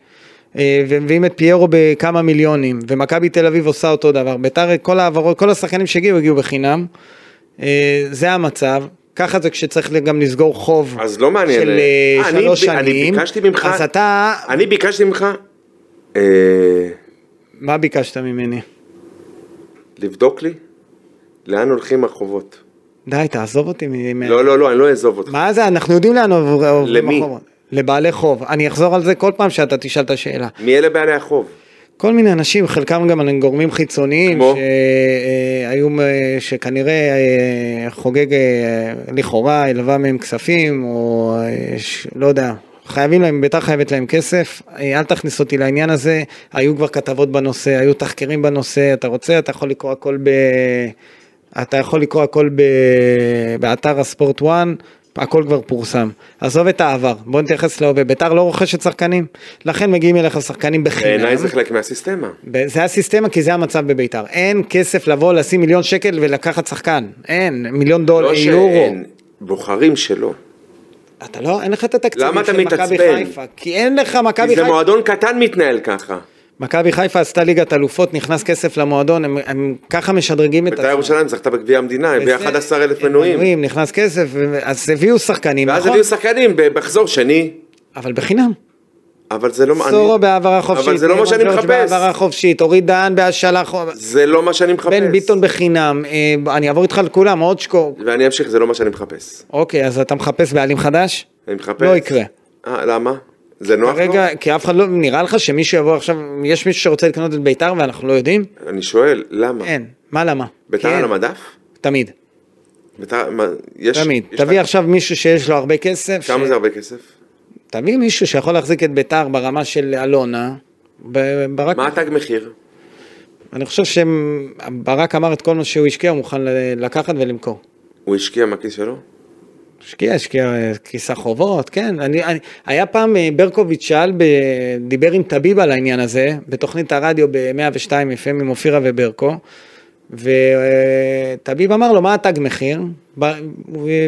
B: אה, ומביאים את פיירו בכמה מיליונים, ומכבי תל אביב עושה אותו דבר, ביתר, כל העברות, כל השחקנים שהגיעו, הגיעו בחינם. אה, זה המצב. ככה זה כשצריך גם לסגור חוב
C: אז לא מעניין.
B: של אה,
C: אה, אני
B: שלוש
C: ב- אני
B: שנים.
C: ביקשתי ממך,
B: אז אתה,
C: אני ביקשתי ממך אה,
B: מה ביקשת ממני?
C: לבדוק לי לאן הולכים החובות.
B: די, תעזוב אותי מ...
C: לא, לא, לא, אני לא אעזוב אותך.
B: מה זה, אנחנו יודעים לאן עובר- עוברים
C: למי?
B: החובות. לבעלי חוב. אני אחזור על זה כל פעם שאתה תשאל את השאלה.
C: מי אלה בעלי החוב?
B: כל מיני אנשים, חלקם גם גורמים חיצוניים,
C: כמו?
B: שהיו, שכנראה אה, חוגג אה, לכאורה, הלווה מהם כספים, או אה, ש- לא יודע, חייבים להם, ביתר חייבת להם כסף, אה, אל תכניס אותי לעניין הזה, היו כבר כתבות בנושא, היו תחקירים בנושא, אתה רוצה, אתה יכול לקרוא הכל ב... אתה יכול לקרוא הכל ב... באתר הספורט 1, הכל כבר פורסם. עזוב את העבר, בוא נתייחס להווה. ביתר לא רוכשת שחקנים, לכן מגיעים אליך שחקנים בחינם.
C: בעיניי זה חלק מהסיסטמה.
B: ב- זה הסיסטמה כי זה המצב בביתר. אין כסף לבוא לשים מיליון שקל ולקחת שחקן. אין, מיליון דולר,
C: לא
B: יורו.
C: שאין, בוחרים שלא.
B: אתה לא, אין לך את התקציבים
C: למה אתה
B: של מכבי
C: מתעצבן?
B: חיפה. כי אין לך
C: כי
B: מכבי
C: זה
B: חיפה.
C: מועדון קטן מתנהל ככה.
B: מכבי חיפה עשתה ליגת אלופות, נכנס כסף למועדון, הם, הם ככה משדרגים את
C: בית"ר ירושלים זכתה בגביע המדינה, הביאה
B: וזה-
C: 11,000 מנויים.
B: מנויים, נכנס כסף, ו- אז הביאו שחקנים,
C: ואז
B: נכון?
C: הביאו שחקנים במחזור שני,
B: אבל בחינם.
C: אבל זה לא... אני-
B: סורו כן, בהעברה חופשית.
C: אבל זה לא מה שאני
B: ג'ורג'
C: מחפש.
B: בהעברה חופשית, אורי דהן בהשאלה חופשית.
C: זה לא מה שאני מחפש.
B: בן ביטון בחינם, אה, אני אעבור איתך על כולם, עוד שקור.
C: ואני אמשיך, זה לא מה שאני מחפש.
B: אוקיי, אז אתה מחפש בעלים חדש?
C: אני מחפש...
B: לא יקרה.
C: אה, למה? זה נוח לו?
B: רגע, כי אף אחד לא, נראה לך שמישהו יבוא עכשיו, יש מישהו שרוצה לקנות את ביתר ואנחנו לא יודעים?
C: אני שואל, למה?
B: אין. מה למה?
C: ביתר
B: כי אין.
C: על המדף?
B: תמיד,
C: ביתר, מה, יש...
B: תמיד.
C: יש
B: תביא
C: לך-
B: עכשיו מישהו שיש לו הרבה כסף.
C: כמה
B: ש-
C: זה הרבה כסף?
B: תביא מישהו שיכול להחזיק את ביתר ברמה של אלונה. ב- ברק,
C: מה התג מחיר?
B: אני חושב שברק אמר את כל מה שהוא השקיע, הוא מוכן ל- לקחת ולמכור.
C: הוא השקיע מהכיס שלו?
B: השקיע, השקיע אה, כיסה חובות, כן. אני, אני, היה פעם אה, ברקוביץ' שאל, ב, דיבר עם טביב על העניין הזה, בתוכנית הרדיו ב-102 FM עם אופירה וברקו, וטביב אמר לו, מה התג מחיר? ב-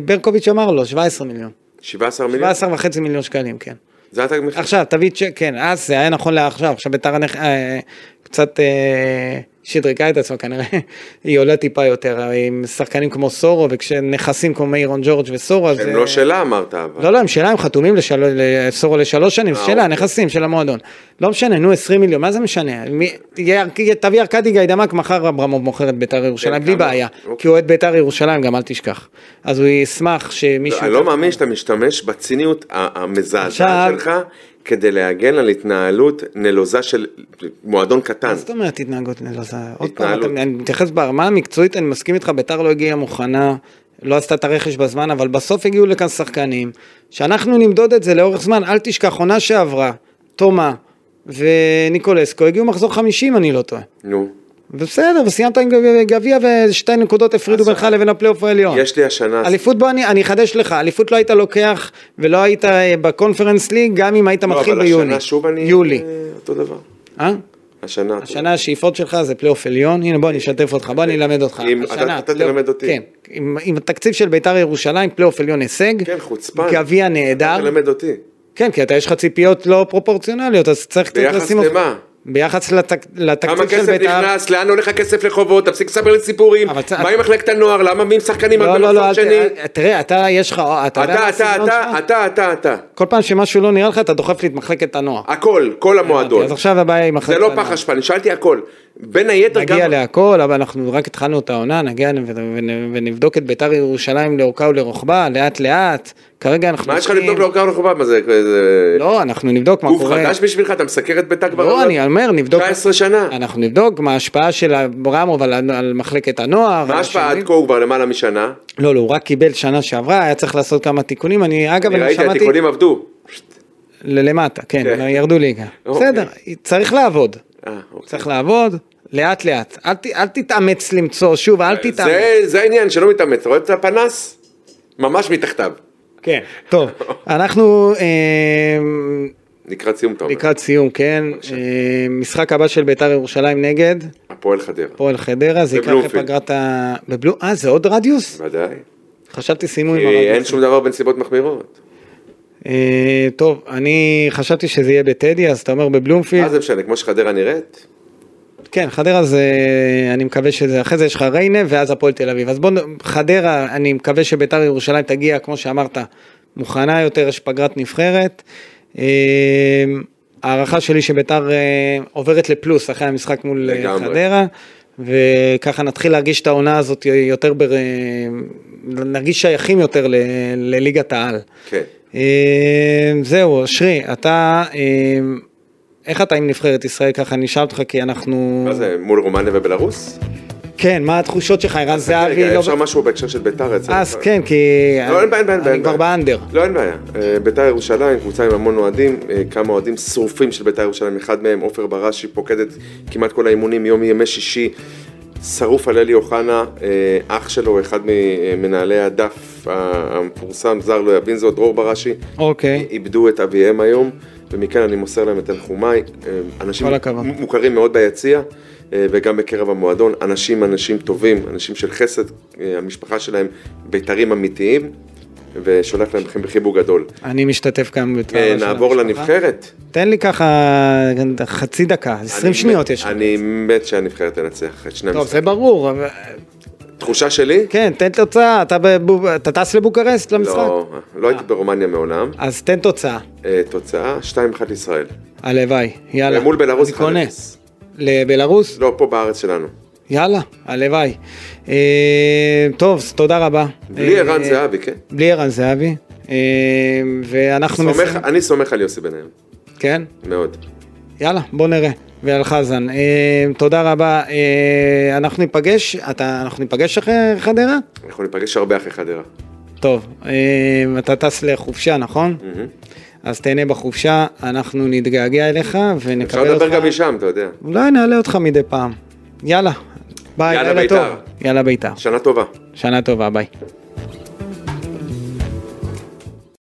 B: ברקוביץ' אמר לו, 17 מיליון.
C: 17 מיליון?
B: 17 וחצי מיליון שקלים, כן.
C: זה התג מחיר?
B: עכשיו, תביא צ'ק, כן, אז זה היה נכון לעכשיו, עכשיו ביתר הנכ... אה, קצת אה, שדרגה את עצמה כנראה, <laughs> היא עולה טיפה יותר, אה, עם שחקנים כמו סורו, וכשנכסים כמו מאירון ג'ורג' וסורו, אז...
C: הם
B: אה,
C: לא שלה אמרת אבל.
B: לא, לא, הם שלה, הם חתומים לשל... לסורו לשלוש שנים,
C: אה,
B: שלה,
C: אוקיי.
B: נכסים של המועדון. לא משנה, נו, 20 מיליון, מה זה משנה? מי- תהיה- תביא ארכדי גיידמק, מחר אברמוב מוכר את ביתר ירושלים, בלי
C: כן, כמה?
B: בעיה.
C: אוקיי.
B: כי הוא אוהד ביתר ירושלים, גם אל תשכח. אז הוא ישמח שמישהו...
C: אני לא מאמין שאתה משתמש בציניות ה- המזעזעת
B: אוקיי. עכשיו-
C: שלך כדי להגן על התנהלות נלוזה של מועדון קטן.
B: מה זאת אומרת התנהגות נלוזה? עוד פעם,
C: התנהלות.
B: אתה- אני מתייחס ברמה המקצועית, אני מסכים איתך, ביתר לא הגיעה מוכנה, לא עשתה את הרכש בזמן, אבל בסוף הגיעו לכאן שחקנים, שאנחנו נמדוד את זה לאורך זמן, אל תשכח, עונה שעברה, תומה וניקולסקו, הגיעו מחזור 50, אני לא טועה.
C: נו,
B: ובסדר, וסיימת עם גב- גביע ושתי נקודות הפרידו
C: אז- אה,
B: בינך לבין הפלייאוף העליון.
C: יש לי השנה...
B: אליפות בוא אני, אני אחדש לך, אליפות לא היית לוקח ולא היית אה, בקונפרנס ליג גם אם היית
C: לא,
B: מתחיל
C: אבל
B: ביוני.
C: השנה שוב אני...
B: יולי.
C: אה, אותו דבר.
B: אה?
C: השנה. אותו
B: השנה השאיפות שלך זה פלייאוף עליון, הנה בוא אני אשתף אותך, בוא אני אלמד אותך.
C: אם-
B: השנה,
C: אתה- אתה
B: פלייאוף-
C: תלמד אותי.
B: כן, עם, עם התקציב של ביתר ירושלים, פלייאוף עליון הישג.
C: כן, חוצפן.
B: גביע
C: דבר.
B: נהדר.
C: תלמד אותי.
B: כן, כי אתה יש לך ציפיות לא פרופורציונליות, אז צריך קצת
C: ביחס
B: לשים אותך-
C: למה?
B: ביחס לתק-
C: כמה
B: לתקציב של
C: כסף
B: בית"ר...
C: נכנס, לאן הולך הכסף לחובות, תפסיק לספר לי סיפורים,
B: אבל צ-
C: מה עם מחלקת הנוער, למה מי עם שחקנים
B: לא, לא,
C: רק
B: לא,
C: במחזור
B: אל
C: שני?
B: ת- תראה, אתה יש לך... אתה יודע מה
C: אתה, אתה,
B: הסגנון
C: אתה,
B: שלך?
C: אתה, אתה, אתה,
B: כל פעם שמשהו לא נראה לך, אתה דוחף לי את מחלקת הנוער.
C: הכל, כל המועדון.
B: אז עכשיו הבעיה היא מחלקת
C: זה לא
B: הנוער.
C: פח אשפה, אני שאלתי הכל. בין היתר גם...
B: נגיע להכל, אבל אנחנו רק התחלנו את העונה, נגיע ו- ו- ונבדוק את ביתר ירושלים לאורכה ולרוחבה, לאט לאט. כרגע אנחנו...
C: מה יש לך
B: עושים-
C: לבדוק לאורקר רחובה? מה זה? זה-
B: לא, אנחנו נבדוק מה
C: גוף
B: קורה.
C: חדש בשבילך? אתה מסקר את ביתר כבר?
B: לא,
C: עוד
B: אני אומר, נבדוק...
C: 19 שנה.
B: אנחנו נבדוק מה ההשפעה של רמוב על, על מחלקת הנוער. על
C: מה ההשפעה עד
B: השינויים.
C: כה הוא כבר למעלה משנה?
B: לא, לא, הוא רק קיבל שנה שעברה, היה צריך לעשות כמה תיקונים. אני, אגב,
C: אני
B: אני
C: ראיתי,
B: שמעתי...
C: התיקונים עבדו.
B: ל- למטה, כן,
C: כן.
B: ירדו ליגה.
C: אוקיי.
B: בסדר, צריך לעבוד.
C: אה, אוקיי.
B: צריך לעבוד, לאט לאט. אל ת- אל תתאמץ למצוא, שוב, אל תתאמץ.
C: זה- זה העניין שלא מתאמץ, אתה רואה את הפנס? ממש מתחתיו.
B: כן. טוב, אנחנו אה,
C: לקראת סיום אתה אומר.
B: לקראת סיום, כן. אה, משחק הבא של בית"ר ירושלים נגד
C: הפועל חדרה.
B: הפועל חדרה, זה ייקח
C: בבלומפילד.
B: לפגרת ה... בבלו... אה, זה עוד רדיוס?
C: ודאי.
B: חשבתי סיימו עם
C: כי אין
B: הרדיוס.
C: שום דבר בנסיבות מחמירות.
B: אה, טוב, אני חשבתי שזה יהיה בטדי, אז אתה אומר
C: מה
B: בבלומפילד.
C: אה, זה משנה, כמו שחדרה נראית?
B: כן, חדרה זה, אני מקווה שזה, אחרי זה יש לך ריינה ואז הפועל תל אביב. אז בוא, נ- חדרה, אני מקווה שביתר ירושלים תגיע, כמו שאמרת, מוכנה יותר, יש פגרת נבחרת. אה, הערכה שלי שביתר אה, עוברת לפלוס אחרי המשחק מול אה,
C: לגמרי.
B: חדרה, וככה נתחיל להרגיש את העונה הזאת יותר, בר... נרגיש שייכים יותר ל... לליגת העל.
C: כן.
B: אה, זהו, אשרי, אתה, אה, איך אתה עם נבחרת ישראל ככה? אני אשאל אותך כי אנחנו...
C: מה זה, מול רומניה ובלארוס?
B: כן, מה התחושות שלך, ערן זהבי?
C: רגע,
B: לא-
C: אפשר משהו בהקשר של ביתר אצלנו?
B: אז כן, כי...
C: לא, אין בעיה, אין בעיה. אין
B: אני כבר
C: בעיה.
B: באנדר.
C: לא, אין בעיה. אה, ביתר ירושלים, קבוצה עם המון אוהדים, אה, כמה אוהדים שרופים של ביתר ירושלים, אחד מהם, עופר בראשי, פוקד את כמעט כל האימונים, יום ימי שישי, שרוף על אלי אוחנה, אה, אח שלו, אחד ממנהלי הדף ה- המפורסם, זר לא יבין זאת, דרור בראשי,
B: אוקיי.
C: איבדו את אביהם היום, ומכאן אני מוסר להם את תנחומיי. אה, אנשים
B: כל הכבוד.
C: מ- מוכרים מאוד ביציע, אה, וגם בקרב המועדון. אנשים, אנשים טובים, אנשים של חסד, אה, המשפחה שלהם בית"רים אמיתיים, ושולח להם חיבוק גדול.
B: אני משתתף גם
C: אה,
B: בצער של
C: נעבור
B: המשפחה.
C: לנבחרת.
B: תן לי ככה חצי דקה, 20
C: אני
B: שניות
C: מת-
B: יש לך.
C: אני מת שהנבחרת תנצח את שני
B: טוב,
C: המשחקים.
B: זה ברור, אבל-
C: תחושה שלי?
B: כן, תן תוצאה, אתה בבוב- אתה טס לבוקרשט למשחק?
C: לא, לא הייתי ברומניה מעולם.
B: אז תן תוצאה,
C: אה, תוצאה, 2-1 ישראל. אה,
B: הלוואי, יאללה.
C: מול בלרוס
B: אני קונה. אה,
C: 1-0.
B: לבלרוס?
C: לא, פה בארץ שלנו.
B: יאללה, הלוואי. אה, טוב, אז תודה רבה.
C: בלי
B: אה,
C: ערן זהבי, כן?
B: בלי ערן זהבי. אה, ואנחנו...
C: סומך-
B: מסיים-
C: אני סומך על יוסי ביניהם,
B: כן,
C: מאוד.
B: יאללה, בוא נראה. ועל חזן. אה, תודה רבה. אה, אנחנו ניפגש, אתה, אנחנו ניפגש אחרי חדרה?
C: אנחנו ניפגש הרבה אחרי חדרה.
B: טוב, אה, אתה טס לחופשה, נכון?
C: Mm.
B: אז תהנה בחופשה, אנחנו נתגעגע אליך ונקבל אותך.
C: אפשר לדבר גם משם, אתה יודע.
B: אולי נעלה אותך מדי פעם. יאללה, ביי,
C: יאללה,
B: לילה
C: בית"ר.
B: טוב. יאללה בית"ר.
C: שנה טובה.
B: שנה טובה, ביי.